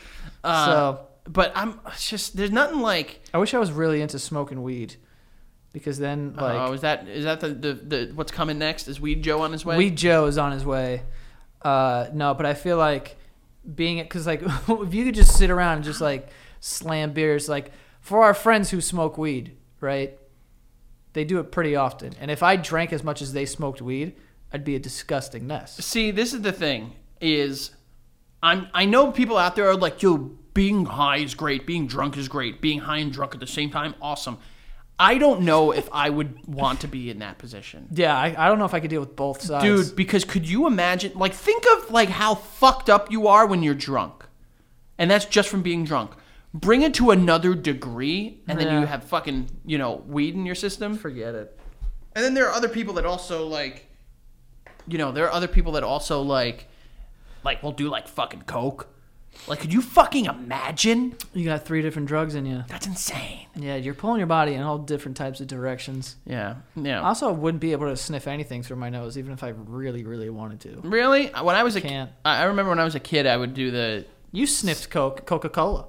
Speaker 3: Uh,
Speaker 2: so
Speaker 3: but I'm it's just there's nothing like.
Speaker 2: I wish I was really into smoking weed, because then like
Speaker 3: oh, is that is that the, the the what's coming next? Is Weed Joe on his way?
Speaker 2: Weed Joe is on his way. Uh, no, but I feel like being it because like *laughs* if you could just sit around and just like slam beers, like for our friends who smoke weed, right? They do it pretty often, and if I drank as much as they smoked weed, I'd be a disgusting mess.
Speaker 3: See, this is the thing is I'm I know people out there are like, yo, being high is great, being drunk is great, being high and drunk at the same time, awesome. I don't know if I would want to be in that position.
Speaker 2: Yeah, I, I don't know if I could deal with both sides,
Speaker 3: Dude, because could you imagine like think of like how fucked up you are when you're drunk. And that's just from being drunk. Bring it to another degree and then
Speaker 2: Yeah.
Speaker 3: you have fucking, you know, weed in your system.
Speaker 2: Forget it.
Speaker 3: And then there are other people that also like, you know, there are other people that also like, like will do like fucking coke. Like, could you fucking imagine?
Speaker 2: You got three different drugs in you.
Speaker 3: That's insane.
Speaker 2: Yeah, you're pulling your body in all different types of directions.
Speaker 3: Yeah, yeah.
Speaker 2: I also wouldn't be able to sniff anything through my nose, even if I really, really wanted to.
Speaker 3: really? Uh, When I was a kid,
Speaker 2: Can't.
Speaker 3: I I remember when I was a kid, I would do the.
Speaker 2: You sniffed Coke, Coca Cola.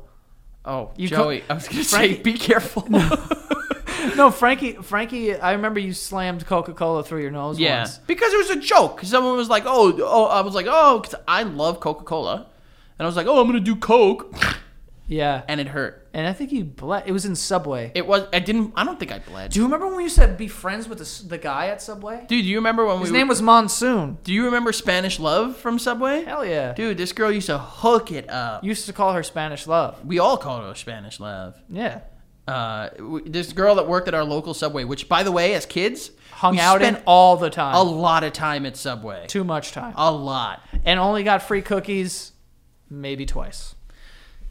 Speaker 3: Oh,
Speaker 2: You co-
Speaker 3: Joey, I was
Speaker 2: *laughs*
Speaker 3: gonna say,
Speaker 2: Frankie-
Speaker 3: be careful.
Speaker 2: No, Frankie, Frankie, I remember you slammed Coca Cola through your nose
Speaker 3: *laughs* yeah,
Speaker 2: once.
Speaker 3: because it was a joke. Someone was like, "Oh, oh," I was like, "Oh," 'cause I love Coca Cola, and I was like, "Oh, I'm gonna do coke," *laughs*
Speaker 2: Yeah,
Speaker 3: and it hurt.
Speaker 2: and I think you bled. It was in Subway.
Speaker 3: It was. I didn't. I don't think I bled.
Speaker 2: Do you remember when you said be friends with the, s- the guy at Subway?
Speaker 3: Dude, do you remember when
Speaker 2: His
Speaker 3: we?
Speaker 2: name was Monsoon.
Speaker 3: Do you remember Spanish Love from Subway?
Speaker 2: Hell yeah.
Speaker 3: Dude, this girl used to hook it up.
Speaker 2: You used to call her Spanish Love.
Speaker 3: We all called her Spanish Love.
Speaker 2: Yeah.
Speaker 3: Uh, we, this girl that worked at our local Subway, which, by the way, as kids,
Speaker 2: Hung
Speaker 3: we
Speaker 2: out
Speaker 3: spent
Speaker 2: in all the time.
Speaker 3: a lot of time at Subway.
Speaker 2: Too much time.
Speaker 3: A lot.
Speaker 2: and only got free cookies maybe twice.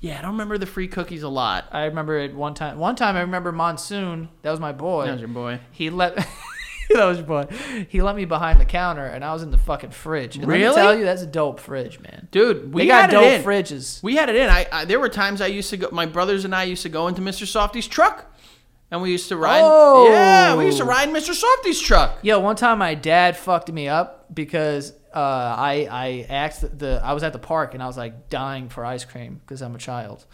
Speaker 3: Yeah, I don't remember the free cookies a lot.
Speaker 2: I remember it one time. One time I remember Monsoon, that was my boy.
Speaker 3: That was your boy.
Speaker 2: He let *laughs* those, but he let me behind the counter, and I was in the fucking fridge. And Let
Speaker 3: Really?
Speaker 2: me tell you, that's a dope fridge, man.
Speaker 3: Dude, we
Speaker 2: they got
Speaker 3: had
Speaker 2: dope
Speaker 3: it in.
Speaker 2: fridges.
Speaker 3: We had it in. I, I there were times I used to go. My brothers and I used to go into Mr. Softy's truck, and we used to ride.
Speaker 2: Oh.
Speaker 3: Yeah, we used to ride Mr. Softy's truck.
Speaker 2: Yo, one time my dad fucked me up because uh, I I asked the I was at the park and I was like dying for ice cream because I'm a child,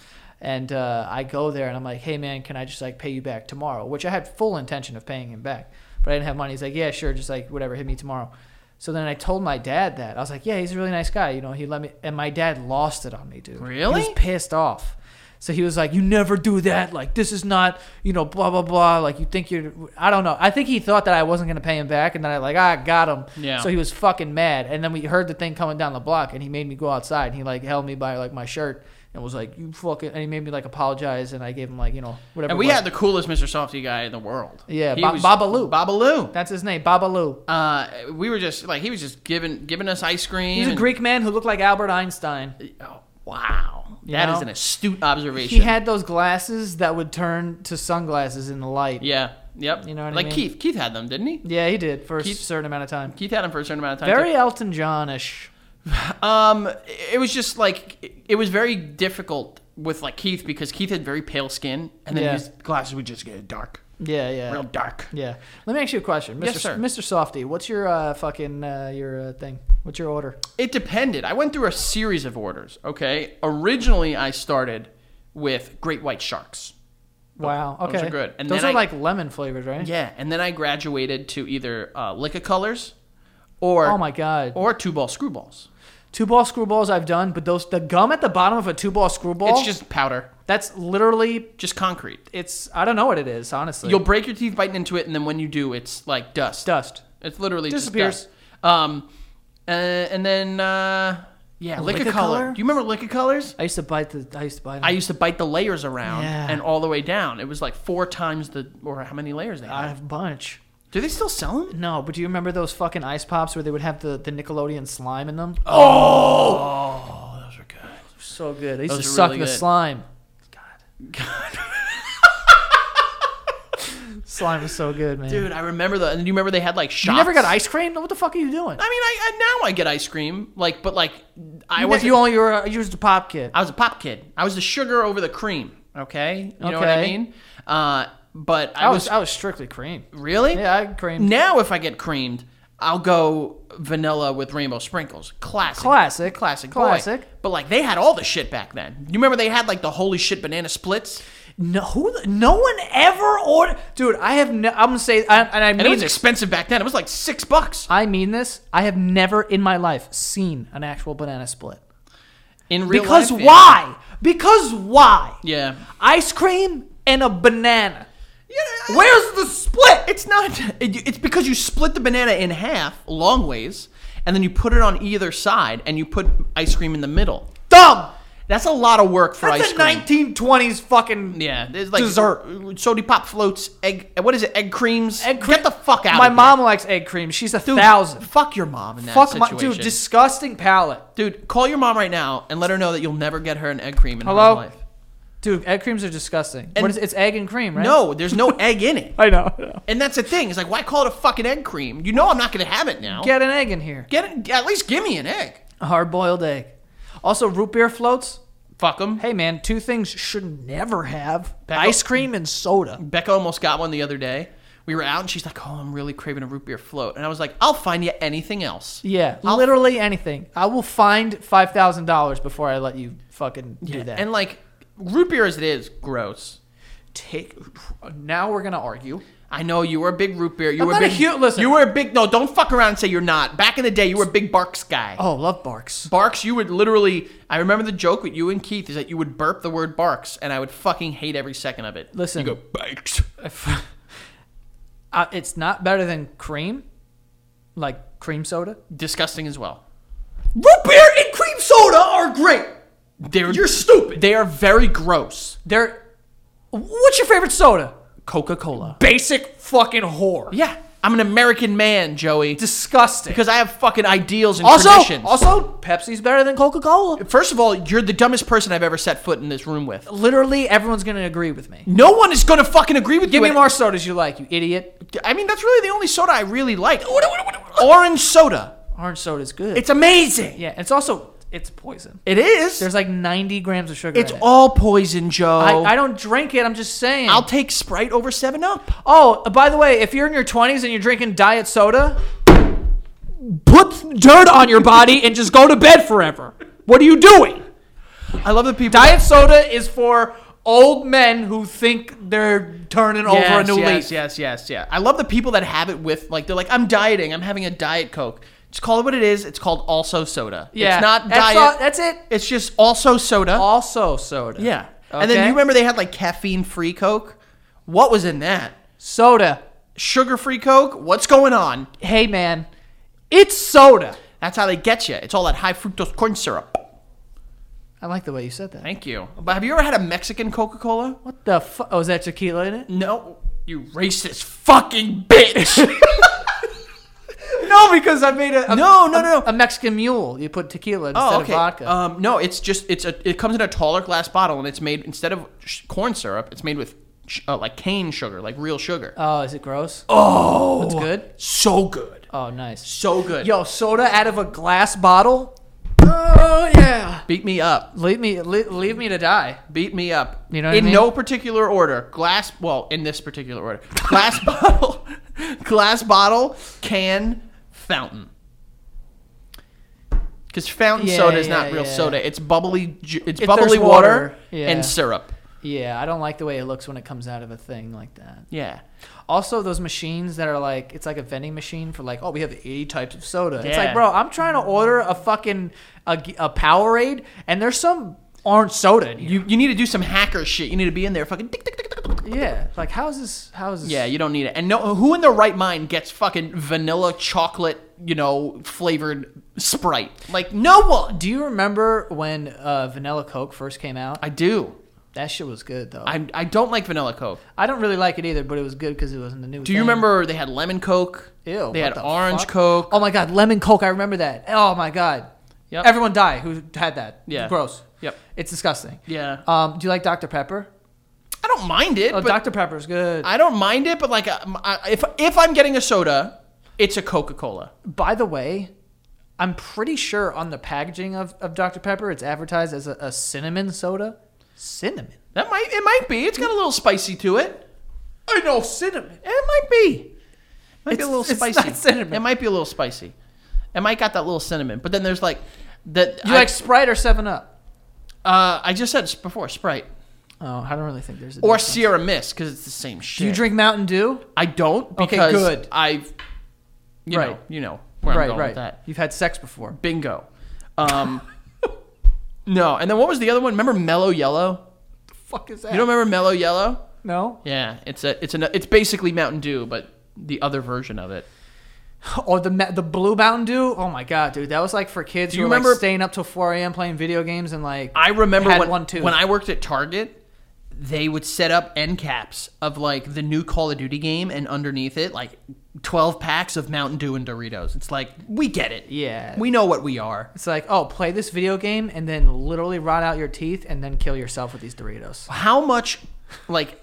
Speaker 2: and uh, I go there and I'm like, hey man, can I just like pay you back tomorrow? Which I had full intention of paying him back, but I didn't have money. He's like, yeah, sure, just like whatever, hit me tomorrow. So then I told my dad that I was like, yeah, he's a really nice guy, you know. He let me, and my dad lost it on me, dude.
Speaker 3: Really?
Speaker 2: He was pissed off. So he was like, "You never do that. Like this is not, you know, blah blah blah. Like you think you're, I don't know. I think he thought that I wasn't gonna pay him back, and then I like, ah, got him.
Speaker 3: Yeah.
Speaker 2: So he was fucking mad, and then we heard the thing coming down the block, and he made me go outside, and he like held me by like my shirt, and was like, "You fucking," and he made me like apologize, and I gave him like, you know, whatever.
Speaker 3: And
Speaker 2: it
Speaker 3: we
Speaker 2: was.
Speaker 3: had the coolest Mr. Softy guy in the world.
Speaker 2: Yeah,
Speaker 3: He
Speaker 2: Ba-
Speaker 3: was-
Speaker 2: Babalu.
Speaker 3: Babalu.
Speaker 2: that's his name, Babalu.
Speaker 3: Uh, we were just like he was just giving giving us ice cream.
Speaker 2: He's a
Speaker 3: and-
Speaker 2: Greek man who looked like Albert Einstein.
Speaker 3: Oh, wow, that
Speaker 2: You
Speaker 3: is
Speaker 2: know?
Speaker 3: an astute observation.
Speaker 2: He had those glasses that would turn to sunglasses in the light.
Speaker 3: Yeah. Yep.
Speaker 2: You know what I
Speaker 3: like
Speaker 2: mean?
Speaker 3: Keith. Keith had them, didn't he?
Speaker 2: Yeah, he did for a
Speaker 3: Keith-
Speaker 2: certain amount of time.
Speaker 3: Keith had them for a certain amount of time.
Speaker 2: Very Elton Johnish.
Speaker 3: too. Um, it was just like it- it was very difficult with like Keith because Keith had very pale skin, and then
Speaker 2: Yeah.
Speaker 3: his glasses would just get dark,
Speaker 2: Yeah, yeah,
Speaker 3: real dark.
Speaker 2: yeah. Let me ask you a question, Mr.
Speaker 3: Yes, sir.
Speaker 2: Mr. Softy. What's your uh, fucking uh, your uh, thing? What's your order?
Speaker 3: It depended. I went through a series of orders. Okay. Originally, I started with great white sharks.
Speaker 2: Wow. Okay.
Speaker 3: those are good. And
Speaker 2: those
Speaker 3: then
Speaker 2: are
Speaker 3: I-
Speaker 2: like lemon flavored, right?
Speaker 3: Yeah, and then I graduated to either uh, liquor colors, or
Speaker 2: Oh my god.
Speaker 3: or two ball screwballs.
Speaker 2: Two ball screwballs I've done, but those the gum at the bottom of a two ball screwball.
Speaker 3: It's just powder,
Speaker 2: that's literally
Speaker 3: just concrete.
Speaker 2: it's I don't know what it is honestly.
Speaker 3: You'll break your teeth biting into it, and then when you do, it's like dust.
Speaker 2: dust.
Speaker 3: It's literally
Speaker 2: Disappears.
Speaker 3: Just dust. Um, uh, and then uh, yeah, liquor,
Speaker 2: liquor
Speaker 3: color.
Speaker 2: color?
Speaker 3: Do you remember liquor colors?
Speaker 2: I used to bite the I used to bite.
Speaker 3: I used to bite the layers around
Speaker 2: Yeah.
Speaker 3: and all the way down. It was like four times the or how many layers they
Speaker 2: I
Speaker 3: had.
Speaker 2: have a bunch.
Speaker 3: Do they still sell them?
Speaker 2: No, but do you remember those fucking ice pops where they would have the, the Nickelodeon slime in them?
Speaker 3: Oh, those are good.
Speaker 2: So good. I used
Speaker 3: Those
Speaker 2: to
Speaker 3: are
Speaker 2: suck
Speaker 3: really
Speaker 2: the
Speaker 3: good.
Speaker 2: slime. God. *laughs* slime was so good, man.
Speaker 3: Dude, I remember that. And do you remember they had like
Speaker 2: you
Speaker 3: shots?
Speaker 2: never got ice cream? What the fuck are you doing?
Speaker 3: I mean, I, I now I get ice cream. Like, but like, I
Speaker 2: You,
Speaker 3: was
Speaker 2: ne- you only you were uh, you was a pop kid.
Speaker 3: I was a pop kid. I was the sugar over the cream. Okay, you know what I
Speaker 2: Okay.
Speaker 3: mean. Uh, but I,
Speaker 2: I
Speaker 3: was,
Speaker 2: was I was strictly cream.
Speaker 3: really
Speaker 2: Yeah, I cream.
Speaker 3: Now, if I get creamed, I'll go vanilla with rainbow sprinkles. Classic.
Speaker 2: Classic,
Speaker 3: Classic. boy.
Speaker 2: classic.
Speaker 3: But like they had all the shit back then. You remember they had like the holy shit banana splits?
Speaker 2: No, who, the- no one ever ordered. Dude, I have. No, I'm gonna say, I, and I
Speaker 3: And it
Speaker 2: mean,
Speaker 3: was expensive back then. It was like six bucks.
Speaker 2: I mean this. I have never in my life seen an actual banana split.
Speaker 3: In real
Speaker 2: because
Speaker 3: life, yeah.
Speaker 2: why? Because why?
Speaker 3: Yeah.
Speaker 2: Ice cream and a banana.
Speaker 3: Yeah,
Speaker 2: Where's the split?
Speaker 3: It's not. It, it's because you split the banana in half, long ways, and then you put it on either side, and you put ice cream in the middle.
Speaker 2: Dumb.
Speaker 3: That's a lot of work for
Speaker 2: That's
Speaker 3: ice
Speaker 2: a
Speaker 3: cream.
Speaker 2: 1920s fucking.
Speaker 3: yeah, there's like
Speaker 2: Dessert.
Speaker 3: soda pop floats, egg. What is it? Egg creams.
Speaker 2: Egg cream-
Speaker 3: Get the fuck out.
Speaker 2: My
Speaker 3: of here.
Speaker 2: mom likes egg cream. She's a
Speaker 3: Dude,
Speaker 2: thousand.
Speaker 3: Fuck your mom in that
Speaker 2: Fuck my
Speaker 3: situation.
Speaker 2: dude, disgusting palate.
Speaker 3: Dude, call your mom right now and let her know that you'll never get her an egg cream in
Speaker 2: Hello?
Speaker 3: her life.
Speaker 2: Dude, egg creams are disgusting.
Speaker 3: And-
Speaker 2: what is it's egg and cream, right?
Speaker 3: No, there's no *laughs* egg in it.
Speaker 2: I know. I know.
Speaker 3: And that's the thing. It's like, why call it a fucking egg cream? You know I'm not going to have it now.
Speaker 2: Get an egg in here.
Speaker 3: Get it, at least give me an egg.
Speaker 2: A hard boiled egg. Also, root beer floats.
Speaker 3: Fuck them.
Speaker 2: Hey man, two things should never have:
Speaker 3: Back
Speaker 2: ice
Speaker 3: up.
Speaker 2: cream and soda.
Speaker 3: Becca almost got one the other day. We were out and she's like, oh, I'm really craving a root beer float. And I was like, I'll find you anything else.
Speaker 2: Yeah, literally anything. I will find five thousand dollars before I let you fucking do that.
Speaker 3: And like, root beer as it is, gross.
Speaker 2: take now we're gonna argue
Speaker 3: I know you were a big root beer. You
Speaker 2: I'm
Speaker 3: were
Speaker 2: not a
Speaker 3: big,
Speaker 2: huge- listen.
Speaker 3: You were a big. No, don't fuck around and say you're not. Back in the day, you were a big Barks guy.
Speaker 2: oh love barks
Speaker 3: Barks, you would literally. I remember the joke with you and Keith is that you would burp the word Barks, and I would fucking hate every second of it.
Speaker 2: Listen.
Speaker 3: you go Barks.
Speaker 2: *laughs* uh, it's not better than cream like cream soda
Speaker 3: Disgusting as well. Root beer and cream soda are great. They're you're stupid. They are very gross.
Speaker 2: there what's your favorite soda
Speaker 3: Coca Cola.
Speaker 2: basic fucking whore
Speaker 3: Yeah, I'm an American man, Joey,
Speaker 2: Disgusting.
Speaker 3: because I have fucking ideals and
Speaker 2: also,
Speaker 3: traditions.
Speaker 2: also, Pepsi's better than Coca Cola.
Speaker 3: First of all, you're the dumbest person I've ever set foot in this room with.
Speaker 2: Literally, everyone's gonna agree with me.
Speaker 3: No one is gonna fucking agree with
Speaker 2: Give
Speaker 3: you.
Speaker 2: me more sodas you like, you idiot.
Speaker 3: I mean, that's really the only soda I really like. Orange soda.
Speaker 2: Orange soda's good.
Speaker 3: It's amazing.
Speaker 2: yeah, it's also it's poison.
Speaker 3: It is.
Speaker 2: There's like 90 grams of sugar.
Speaker 3: it's
Speaker 2: in it.
Speaker 3: all poison, Joe.
Speaker 2: I, I don't drink it. I'm just saying.
Speaker 3: I'll take Sprite over Seven Up.
Speaker 2: oh, by the way, if you're in your 20s and you're drinking diet soda,
Speaker 1: Put dirt on your body and just go to bed forever. What are you doing?
Speaker 3: I love the people.
Speaker 2: diet soda is for old men who think they're turning over a
Speaker 3: Yes,
Speaker 2: new
Speaker 3: yes,
Speaker 2: leaf.
Speaker 3: yes, yes, yeah. I love the people that have it with like they're like, I'm dieting. I'm having a diet coke. Just call it what it is. It's called also soda.
Speaker 2: Yeah,
Speaker 3: it's not
Speaker 2: that's
Speaker 3: diet.
Speaker 2: all- that's it.
Speaker 3: it's just also soda.
Speaker 2: Also soda.
Speaker 3: yeah. And then
Speaker 2: Okay.
Speaker 3: you remember they had like caffeine free coke. What was in that?
Speaker 2: Soda.
Speaker 3: Sugar free coke. What's going on?
Speaker 2: Hey man, it's soda.
Speaker 3: That's how they get you. It's all that high fructose corn syrup.
Speaker 2: I like the way you said that.
Speaker 3: Thank you. But have you ever had a Mexican Coca Cola?
Speaker 2: What the fuck? Oh, is that tequila in it?
Speaker 3: No. You racist fucking *laughs* bitch.
Speaker 2: No, because I made a,
Speaker 3: no, no, no, no.
Speaker 2: a Mexican mule. You put tequila instead
Speaker 3: Oh, okay.
Speaker 2: of vodka.
Speaker 3: Um, no, it's just it's a it comes in a taller glass bottle and it's made instead of sh- corn syrup, it's made with sh- uh, like cane sugar, like real sugar.
Speaker 2: oh, is it gross? Oh, it's good.
Speaker 3: so good,
Speaker 2: Oh, nice.
Speaker 3: so good.
Speaker 2: Yo, soda out of a glass bottle. Oh yeah.
Speaker 3: beat me up,
Speaker 2: Leave me, leave, leave me to die.
Speaker 3: beat me up.
Speaker 2: You know what I
Speaker 3: in
Speaker 2: mean?
Speaker 3: no particular order, glass. Well, in this particular order, glass *laughs* bottle, glass bottle, can, fountain. Because fountain
Speaker 2: Yeah,
Speaker 3: soda is
Speaker 2: yeah,
Speaker 3: not real
Speaker 2: yeah.
Speaker 3: soda. It's bubbly. Ju- it's
Speaker 2: If
Speaker 3: bubbly
Speaker 2: there's
Speaker 3: water,
Speaker 2: water, yeah.
Speaker 3: and syrup.
Speaker 2: Yeah, I don't like the way it looks when it comes out of a thing like that.
Speaker 3: Yeah.
Speaker 2: Also, those machines that are like, it's like a vending machine for like, oh, we have 80 types of soda. It's
Speaker 3: Yeah.
Speaker 2: like, bro, I'm trying to order a fucking a, g- a Powerade, and there's some orange soda in here.
Speaker 3: You, you need to do some hacker shit. You need to be in there fucking. Tick, tick, tick, tick, tick.
Speaker 2: yeah, like how is this? How is this?
Speaker 3: Yeah, you don't need it. And no, who in their right mind gets fucking vanilla chocolate, you know, flavored Sprite? Like no one.
Speaker 2: Do you remember when uh, Vanilla Coke first came out?
Speaker 3: I do.
Speaker 2: that shit was good though. I,
Speaker 3: I I don't like vanilla Coke.
Speaker 2: don't really like it either, but it was good because it wasn't the new.
Speaker 3: Do you remember they had lemon Coke?
Speaker 2: Ew.
Speaker 3: They
Speaker 2: what
Speaker 3: had
Speaker 2: the
Speaker 3: orange
Speaker 2: fuck?
Speaker 3: Coke.
Speaker 2: Oh my god, lemon Coke. I remember that. Oh my god.
Speaker 3: Yep.
Speaker 2: Everyone die who had that.
Speaker 3: Yeah.
Speaker 2: Gross.
Speaker 3: Yep.
Speaker 2: It's disgusting.
Speaker 3: Yeah.
Speaker 2: Um, do you like Dr. Pepper?
Speaker 3: I don't mind it.
Speaker 2: Oh,
Speaker 3: but
Speaker 2: Dr. Pepper's good.
Speaker 3: I don't mind it. But like, uh, I- if if I'm getting a soda, it's a Coca Cola.
Speaker 2: By the way, I'm pretty sure on the packaging of, of Dr. Pepper, it's advertised as a, a cinnamon soda. Cinnamon.
Speaker 3: That might it might be. It's got a little spicy to it.
Speaker 2: I know cinnamon.
Speaker 3: It might be. Might be
Speaker 2: It's-
Speaker 3: a little
Speaker 2: it's
Speaker 3: spicy.
Speaker 2: not cinnamon.
Speaker 3: It might be a little spicy. It might got that little cinnamon. But then there's like that.
Speaker 2: You
Speaker 3: I,
Speaker 2: like Sprite or Seven Up?
Speaker 3: Uh, I just said s- before Sprite
Speaker 2: Oh, I don't really think there's a
Speaker 3: or
Speaker 2: difference.
Speaker 3: Sierra Mist because it's the same shit.
Speaker 2: Do you drink Mountain Dew?
Speaker 3: I don't
Speaker 2: Okay,
Speaker 3: because
Speaker 2: good.
Speaker 3: I've you know
Speaker 2: Right.
Speaker 3: you know where I'm
Speaker 2: right,
Speaker 3: going
Speaker 2: right.
Speaker 3: with that.
Speaker 2: You've had sex before.
Speaker 3: Bingo. Um, *laughs* no, and then what was the other one? Remember Mellow Yellow?
Speaker 2: fuck is that?
Speaker 3: You don't remember Mellow Yellow?
Speaker 2: no?
Speaker 3: Yeah, it's a it's an it's basically Mountain Dew, but the other version of it.
Speaker 2: Or Oh, the ma- the blue Mountain Dew? Oh my god, dude, that was like for kids
Speaker 3: Do
Speaker 2: who
Speaker 3: you
Speaker 2: were like,
Speaker 3: remember-
Speaker 2: staying up till 4 a.m. playing video games and like.
Speaker 3: I remember
Speaker 2: Had
Speaker 3: when,
Speaker 2: one, too.
Speaker 3: when I worked at Target, they would set up end caps of like the new Call of Duty game, and underneath it, like twelve packs of Mountain Dew and Doritos. It's like we get it.
Speaker 2: Yeah.
Speaker 3: we know what we are.
Speaker 2: It's like, oh, play this video game and then literally rot out your teeth and then kill yourself with these Doritos.
Speaker 3: How much, like,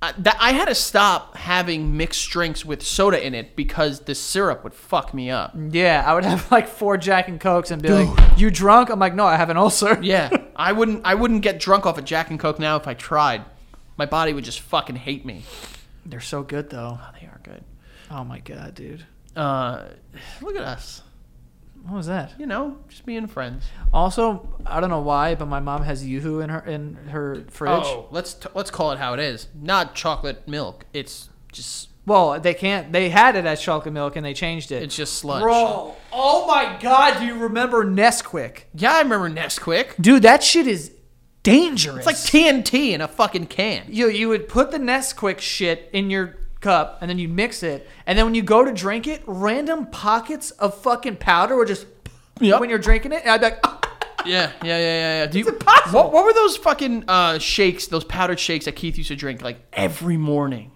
Speaker 3: I, that I had to stop having mixed drinks with soda in it because the syrup would fuck me up.
Speaker 2: Yeah, I would have like four Jack and Cokes and be like, "You drunk?" I'm like, "No, I have an ulcer."
Speaker 3: Yeah, I wouldn't. I wouldn't get drunk off a Jack and Coke now if I tried. My body would just fucking hate me.
Speaker 2: *laughs* They're so good though.
Speaker 3: Oh, they are good.
Speaker 2: Oh my god, dude,
Speaker 3: Uh, look at us.
Speaker 2: what was that?
Speaker 3: You know, just being friends.
Speaker 2: Also, I don't know why, but my mom has YooHoo in her in her fridge.
Speaker 3: Oh, let's t- let's call it how it is. Not chocolate milk. It's just
Speaker 2: Well, they can't. They had it as chocolate milk and they changed it.
Speaker 3: it's just sludge.
Speaker 2: Bro, oh my god, do you remember Nesquik?
Speaker 3: Yeah, I remember Nesquik.
Speaker 2: Dude, that shit is dangerous.
Speaker 3: It's like TNT in a fucking can.
Speaker 2: you you would put the Nesquik shit in your cup and then you mix it, and then when you go to drink it, random pockets of fucking powder would just
Speaker 3: Yep.
Speaker 2: when you're drinking it, and I'd be like, "Ah."
Speaker 3: Yeah, yeah, yeah, yeah. yeah. Do you,
Speaker 2: impossible.
Speaker 3: What, what were those fucking uh, shakes? Those powdered shakes that Keith used to drink like every morning.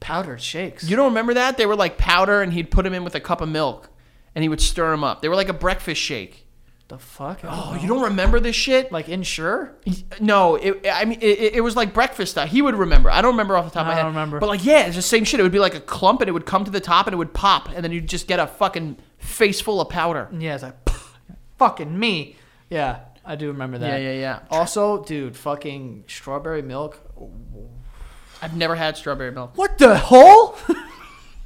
Speaker 2: Powdered shakes.
Speaker 3: You don't remember that? They were like powder, and he'd put them in with a cup of milk, and he would stir them up. They were like a breakfast shake.
Speaker 2: the fuck? I don't
Speaker 3: Oh,
Speaker 2: know.
Speaker 3: you don't remember this shit?
Speaker 2: like insure?
Speaker 3: No, it, I mean it, it- it was like breakfast stuff. He would remember. I don't remember off the top of my
Speaker 2: I
Speaker 3: head.
Speaker 2: don't remember.
Speaker 3: But like, yeah, it's the same shit. It would be like a clump, and it would come to the top, and it would pop, and then you'd just get a fucking face full of powder.
Speaker 2: Yeah, it's like *laughs* fucking me. Yeah, I do remember that.
Speaker 3: Yeah, yeah, yeah.
Speaker 2: Also, dude, fucking strawberry milk.
Speaker 3: I've never had strawberry milk.
Speaker 2: What the hell?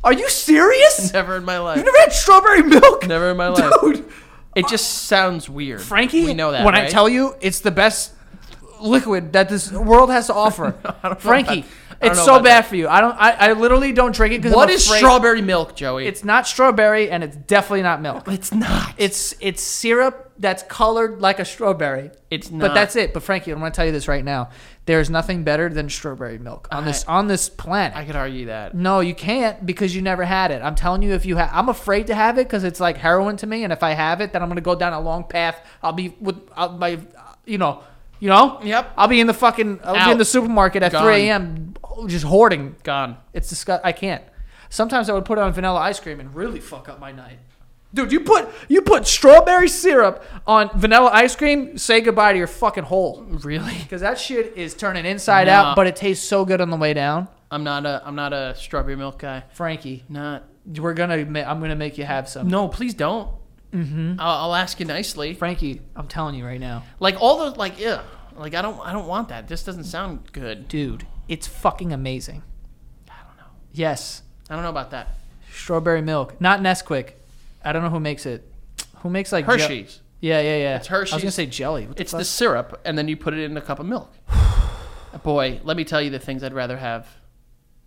Speaker 2: Are *laughs* you
Speaker 3: *laughs*
Speaker 2: serious?
Speaker 3: Never in my life.
Speaker 2: You've never had strawberry milk?
Speaker 3: Never in my life.
Speaker 2: Dude,
Speaker 3: It just sounds weird.
Speaker 2: Frankie,
Speaker 3: we know that.
Speaker 2: when I
Speaker 3: right?
Speaker 2: tell you it's the best liquid that this world has to
Speaker 3: *laughs*
Speaker 2: offer. Frankie,
Speaker 3: about- I don't
Speaker 2: it's
Speaker 3: know
Speaker 2: so
Speaker 3: about
Speaker 2: bad for you. I don't I, I literally don't drink it because
Speaker 3: what
Speaker 2: I'm
Speaker 3: is
Speaker 2: afraid-
Speaker 3: strawberry milk, Joey?
Speaker 2: It's not strawberry and it's definitely not milk.
Speaker 3: it's not.
Speaker 2: It's it's syrup that's colored like a strawberry.
Speaker 3: It's
Speaker 2: But
Speaker 3: not.
Speaker 2: that's it. But Frankie, I'm going to tell you this right now. There's nothing better than strawberry milk on this on this planet.
Speaker 3: I could argue that.
Speaker 2: no, you can't because you never had it. I'm telling you, if you have, I'm afraid to have it because it's like heroin to me. And if I have it, then I'm going to go down a long path. I'll be with I'll, my, you know, you know.
Speaker 3: Yep.
Speaker 2: I'll be in the fucking. I'll be
Speaker 3: Out.
Speaker 2: in the supermarket at
Speaker 3: Gone.
Speaker 2: 3 a.m. just hoarding.
Speaker 3: Gone.
Speaker 2: It's disgust. I can't. Sometimes I would put it on vanilla ice cream and really fuck up my night. Dude, you put you put strawberry syrup on vanilla ice cream. Say goodbye to your fucking hole.
Speaker 3: Really?
Speaker 2: Because that shit is turning inside
Speaker 3: Nah.
Speaker 2: out, but it tastes so good on the way down.
Speaker 3: I'm not a. I'm not a strawberry milk guy.
Speaker 2: Frankie,
Speaker 3: Not.
Speaker 2: we're gonna. ma- I'm gonna make you have some.
Speaker 3: No, please don't. Mm-hmm. I'll, I'll ask you nicely.
Speaker 2: Frankie, I'm telling you right now,
Speaker 3: Like all those. Like yeah. Like I don't. I don't want that. This doesn't sound good.
Speaker 2: dude, it's fucking amazing.
Speaker 3: I don't know.
Speaker 2: Yes,
Speaker 3: I don't know about that.
Speaker 2: strawberry milk, not Nesquik. I don't know who makes it. Who makes like je-
Speaker 3: Hershey's.
Speaker 2: yeah, yeah, yeah.
Speaker 3: It's Hershey's.
Speaker 2: I was gonna say jelly. What the
Speaker 3: It's
Speaker 2: fuck?
Speaker 3: the syrup, and then you put it in a cup of milk. *sighs* Boy, let me tell you the things I'd rather have.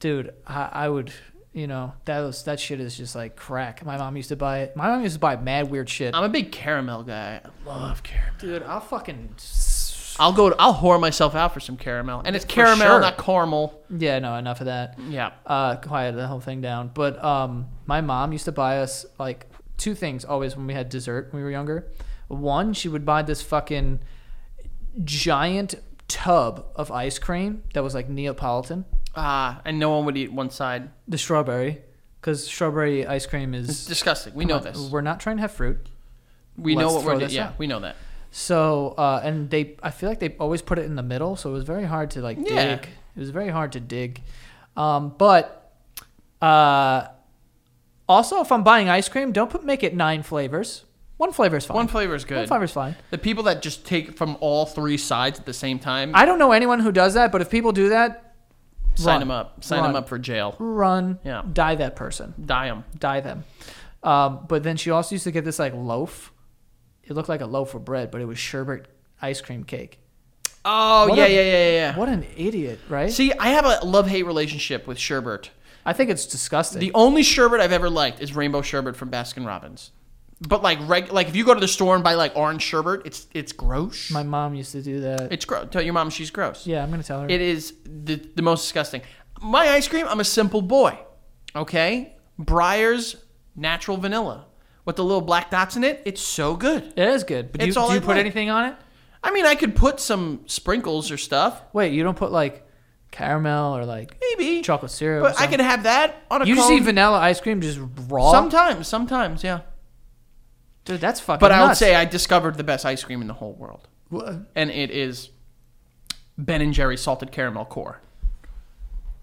Speaker 2: dude I, I would you know that was that shit is just like crack my mom used to buy it my mom used to buy mad weird shit
Speaker 3: I'm a big caramel guy. I love caramel.
Speaker 2: dude i'll fucking s-
Speaker 3: I'll go. I'll whore myself out for some caramel, and it's caramel,
Speaker 2: sure.
Speaker 3: not caramel.
Speaker 2: yeah no enough of that
Speaker 3: Yeah.
Speaker 2: uh quiet the whole thing down but um my mom used to buy us like two things always when we had dessert when we were younger one she would buy this fucking giant tub of ice cream that was like neapolitan
Speaker 3: Ah, and no one would eat one side.
Speaker 2: the strawberry because strawberry ice cream
Speaker 3: It's
Speaker 2: is
Speaker 3: disgusting. We know this.
Speaker 2: we're not trying to have fruit
Speaker 3: We
Speaker 2: let's
Speaker 3: know what
Speaker 2: throw
Speaker 3: we're doing.
Speaker 2: this
Speaker 3: Yeah,
Speaker 2: out.
Speaker 3: we know that.
Speaker 2: So uh, and they, I feel like they always put it in the middle, so it was very hard to like
Speaker 3: Yeah.
Speaker 2: dig. It was very hard to dig. Um, but uh, also, if I'm buying ice cream, don't put make it nine flavors. One flavor is fine.
Speaker 3: One flavor is
Speaker 2: One
Speaker 3: good.
Speaker 2: flavor is fine.
Speaker 3: The people that just take from all three sides at the same time,
Speaker 2: I don't know anyone who does that, but if people do that,
Speaker 3: sign
Speaker 2: run.
Speaker 3: them up. Sign
Speaker 2: Run.
Speaker 3: them up for jail.
Speaker 2: run,
Speaker 3: Yeah.
Speaker 2: die that person.
Speaker 3: Die them.
Speaker 2: dye them. Um, but then she also used to get this like loaf. It looked like a loaf of bread, but it was sherbet ice cream cake.
Speaker 3: Oh
Speaker 2: What
Speaker 3: yeah,
Speaker 2: a-
Speaker 3: yeah, yeah, yeah, yeah.
Speaker 2: What an idiot, right?
Speaker 3: See, I have a love-hate relationship with sherbet.
Speaker 2: I think it's disgusting.
Speaker 3: The only sherbet I've ever liked is rainbow sherbet from Baskin Robbins. But like, reg- like if you go to the store and buy like orange sherbet, it's it's gross.
Speaker 2: My mom used to do that.
Speaker 3: it's gross. Tell your mom she's gross.
Speaker 2: yeah, I'm gonna tell her.
Speaker 3: It is the, the most disgusting. My ice cream, I'm a simple boy. Okay? Briar's natural vanilla with the little black dots in it. It's so good.
Speaker 2: it is good, but do you,
Speaker 3: It's all
Speaker 2: do you
Speaker 3: I
Speaker 2: put
Speaker 3: like.
Speaker 2: anything on it?
Speaker 3: I mean, I could put some sprinkles or stuff.
Speaker 2: Wait, you don't put like caramel or like
Speaker 3: Maybe.
Speaker 2: chocolate syrup. or
Speaker 3: But I
Speaker 2: something?
Speaker 3: could have that on a
Speaker 2: You just
Speaker 3: cone.
Speaker 2: eat vanilla ice cream just raw.
Speaker 3: Sometimes, sometimes, yeah.
Speaker 2: Dude, that's fucking.
Speaker 3: But I would
Speaker 2: nuts.
Speaker 3: say I discovered the best ice cream in the whole world.
Speaker 2: Wha-
Speaker 3: And it is Ben and Jerry's salted caramel core.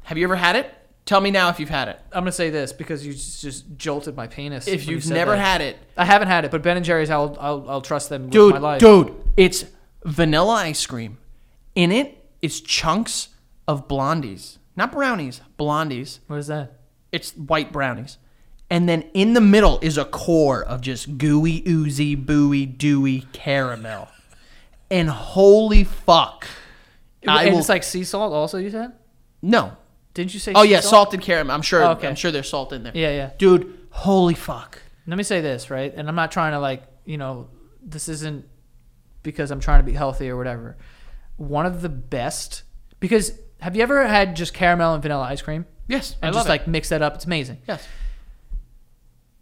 Speaker 3: Have you ever had it? Tell me now if you've had it.
Speaker 2: I'm gonna say this because you just, just jolted my penis.
Speaker 3: If
Speaker 2: when you
Speaker 3: you've
Speaker 2: said
Speaker 3: never
Speaker 2: that.
Speaker 3: had it,
Speaker 2: I haven't had it, but Ben and Jerry's, I'll I'll, I'll trust them
Speaker 3: dude,
Speaker 2: with my life.
Speaker 3: dude, it's vanilla ice cream. In it is chunks of blondies, not brownies, blondies.
Speaker 2: What is that?
Speaker 3: It's white brownies, and then in the middle is a core of just gooey, oozy, buoy, dewy caramel. And holy fuck, I
Speaker 2: and
Speaker 3: will
Speaker 2: it's like sea salt. Also, you said?
Speaker 3: no.
Speaker 2: Didn't you say?
Speaker 3: Oh
Speaker 2: sea
Speaker 3: yeah,
Speaker 2: salt?
Speaker 3: salted caramel. I'm sure.
Speaker 2: Oh, okay.
Speaker 3: I'm sure there's salt in there.
Speaker 2: Yeah, yeah.
Speaker 3: dude, holy fuck.
Speaker 2: Let me say this, right? And I'm not trying to like, you know, this isn't because I'm trying to be healthy or whatever. One of the best because have you ever had just caramel and vanilla ice cream
Speaker 3: Yes,
Speaker 2: and
Speaker 3: I
Speaker 2: just
Speaker 3: love
Speaker 2: like mix that up? It's amazing.
Speaker 3: it. yes.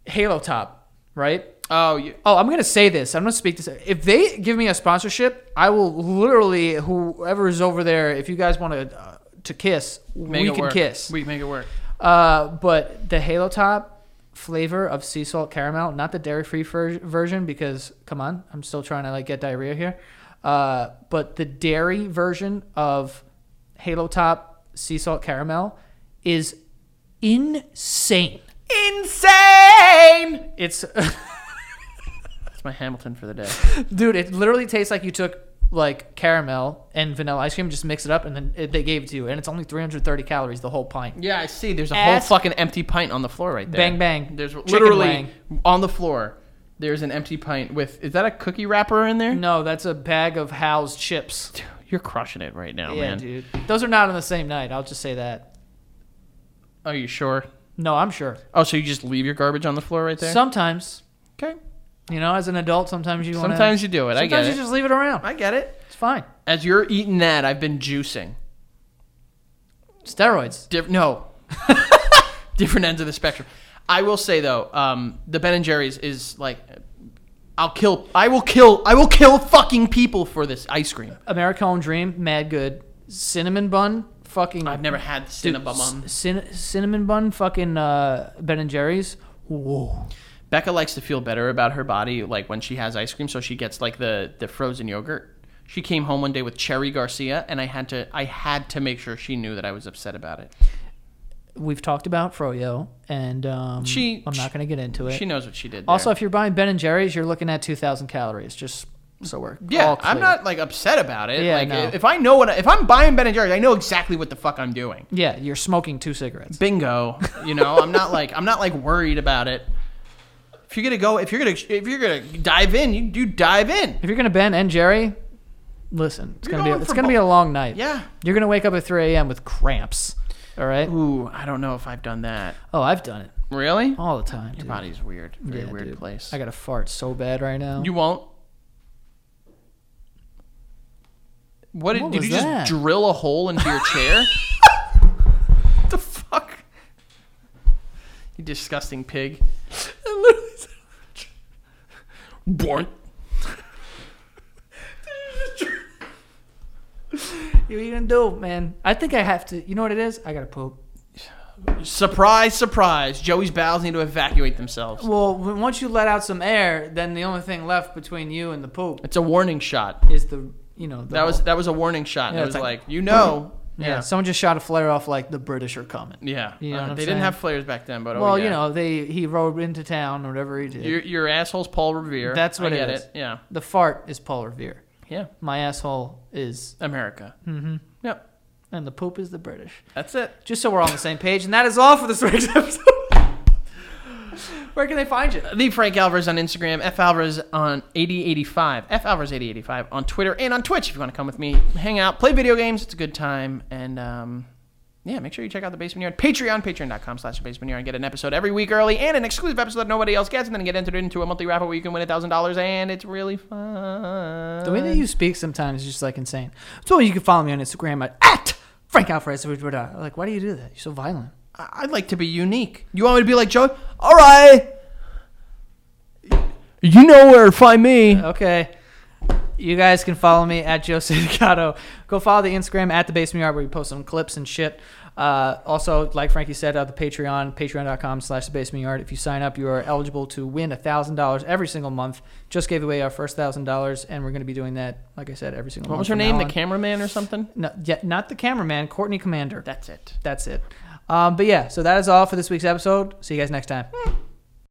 Speaker 2: Halo Top, right?
Speaker 3: Oh, you,
Speaker 2: Oh, I'm gonna say this. I'm gonna speak this. If they give me a sponsorship, I will literally whoever is over there. If you guys want to uh, to kiss,
Speaker 3: make
Speaker 2: we
Speaker 3: it
Speaker 2: can
Speaker 3: work.
Speaker 2: kiss.
Speaker 3: We can make it work.
Speaker 2: Uh, but the Halo Top flavor of sea salt caramel, not the dairy free ver- version, because come on, I'm still trying to like get diarrhea here. Uh, but the dairy version of Halo Top sea salt caramel is insane.
Speaker 3: Insane.
Speaker 2: It's *laughs*
Speaker 3: That's my Hamilton for the day.
Speaker 2: dude, it literally tastes like you took like caramel and vanilla ice cream, just mix it up, and then it, they gave it to you, and it's only 330 calories the whole pint.
Speaker 3: *laughs* Yeah, I see. There's a
Speaker 2: Ask-
Speaker 3: whole fucking empty pint on the floor right there.
Speaker 2: Bang, bang.
Speaker 3: There's
Speaker 2: Chicken
Speaker 3: literally
Speaker 2: wang.
Speaker 3: on the floor. There's an empty pint with. Is that a cookie wrapper in there?
Speaker 2: No, that's a bag of Hal's chips.
Speaker 3: You're crushing it right now,
Speaker 2: yeah,
Speaker 3: Oh, man.
Speaker 2: dude. Those are not on the same night. I'll just say that.
Speaker 3: Are you sure?
Speaker 2: No, I'm sure.
Speaker 3: Oh, so you just leave your garbage on the floor right there?
Speaker 2: Sometimes,
Speaker 3: okay.
Speaker 2: you know, as an adult, sometimes you want
Speaker 3: Sometimes you do it. I
Speaker 2: sometimes
Speaker 3: get
Speaker 2: you
Speaker 3: it.
Speaker 2: just leave it around.
Speaker 3: I get it.
Speaker 2: It's fine.
Speaker 3: As you're eating that, I've been juicing.
Speaker 2: Steroids.
Speaker 3: Diff- *laughs* no. Different ends of the spectrum. I will say though, um, the Ben and Jerry's is like, I'll kill. I will kill. I will kill fucking people for this ice cream.
Speaker 2: Americone Dream, mad good. Cinnamon bun, fucking.
Speaker 3: I've never had
Speaker 2: Dude,
Speaker 3: cinnamon.
Speaker 2: c- cin- cinnamon bun, fucking uh, Ben and Jerry's. Whoa.
Speaker 3: Becca likes to feel better about her body, like when she has ice cream, so she gets like the the frozen yogurt. She came home one day with Cherry Garcia, and I had to I had to make sure she knew that I was upset about it.
Speaker 2: We've talked about Froyo, and um,
Speaker 3: She-
Speaker 2: I'm not going to get into it.
Speaker 3: She knows what she did.
Speaker 2: also,
Speaker 3: there.
Speaker 2: if you're buying Ben and Jerry's, you're looking at 2,000 calories. Just so we're all
Speaker 3: yeah,
Speaker 2: clear.
Speaker 3: I'm not like upset about it.
Speaker 2: Yeah,
Speaker 3: like
Speaker 2: no.
Speaker 3: if I know what I- if I'm buying Ben and Jerry's, I know exactly what the fuck I'm doing.
Speaker 2: Yeah, you're smoking two cigarettes.
Speaker 3: Bingo. You know, I'm not like I'm not like worried about it. If you're gonna go, if you're gonna if you're gonna dive in, you you dive in.
Speaker 2: If you're gonna Ben and Jerry, listen, it's
Speaker 3: You're
Speaker 2: gonna be
Speaker 3: going
Speaker 2: it's
Speaker 3: for
Speaker 2: gonna be
Speaker 3: bo-
Speaker 2: a long night.
Speaker 3: Yeah.
Speaker 2: You're gonna wake up at 3 a.m. with cramps. All right.
Speaker 3: Ooh, I don't know if I've done that.
Speaker 2: Oh, I've done it
Speaker 3: Really?
Speaker 2: all the time. dude.
Speaker 3: Your body's weird. Very
Speaker 2: Oh, Yeah,
Speaker 3: weird
Speaker 2: dude.
Speaker 3: place.
Speaker 2: I gotta fart so bad right now.
Speaker 3: You won't. What did,
Speaker 2: What
Speaker 3: did
Speaker 2: was
Speaker 3: you
Speaker 2: that?
Speaker 3: just drill a hole into your chair?
Speaker 2: *laughs*
Speaker 3: What the fuck? You disgusting pig. Born.
Speaker 2: what are you gonna do, man? I think I have to. You know what it is? I gotta poop.
Speaker 3: Surprise, surprise. Joey's bowels need to evacuate themselves.
Speaker 2: Well, when- once you let out some air, then the only thing left between you and the poop
Speaker 3: It's a warning shot.
Speaker 2: is the you know the
Speaker 3: That was
Speaker 2: hole.
Speaker 3: that was a warning shot.
Speaker 2: Yeah,
Speaker 3: it
Speaker 2: it's
Speaker 3: was
Speaker 2: like-
Speaker 3: like, you know.
Speaker 2: yeah. Someone just shot a flare off like the British are coming.
Speaker 3: Yeah.
Speaker 2: You know
Speaker 3: Uh,
Speaker 2: what I'm
Speaker 3: they didn't
Speaker 2: saying?
Speaker 3: have flares back then, but oh,
Speaker 2: well,
Speaker 3: yeah.
Speaker 2: you know they he rode into town or whatever he did.
Speaker 3: Your, your asshole's Paul Revere.
Speaker 2: That's what
Speaker 3: I
Speaker 2: it
Speaker 3: get
Speaker 2: is.
Speaker 3: it. Yeah.
Speaker 2: the fart is Paul Revere.
Speaker 3: Yeah.
Speaker 2: My asshole is,
Speaker 3: America. Mm-hmm. Yep.
Speaker 2: and the poop is the British.
Speaker 3: That's it.
Speaker 2: Just so we're all on the same page, and that is all for this week's *laughs* episode. Where can they find you?
Speaker 3: The Frank Alvarez on Instagram, F Alvarez on 8085, F Alvarez 8085 on Twitter and on Twitch if you want to come with me, hang out, play video games. It's a good time. And um, yeah, make sure you check out the Basement Yard. Patreon, patreon.com slash The Basement Yard. Get an episode every week early and an exclusive episode that nobody else gets. And then get entered into a monthly raffle where you can win $1,000. And it's really fun.
Speaker 2: The way that you speak sometimes is just like insane. So you can follow me on Instagram at, at Frank Alvarez. Like, why do you do that? You're so violent.
Speaker 3: I- I'd like to be unique. You want me to be like Joe? All right. You know where to find me.
Speaker 2: Okay. You guys can follow me at Joe Sindicato. Go follow the Instagram at the Basement Yard where we post some clips and shit. Uh, also, like Frankie said, uh, the Patreon, patreon.com slash the basement yard. If you sign up, you are eligible to win $1,000 every single month. Just gave away our first $1,000, and we're going to be doing that, like I said, every single
Speaker 3: What
Speaker 2: month.
Speaker 3: was her
Speaker 2: from
Speaker 3: name?
Speaker 2: now
Speaker 3: The
Speaker 2: on.
Speaker 3: cameraman or something?
Speaker 2: No, yeah, not the cameraman, Courtney Commander.
Speaker 3: That's it.
Speaker 2: That's it. Um, but yeah, so that is all for this week's episode. See you guys next time.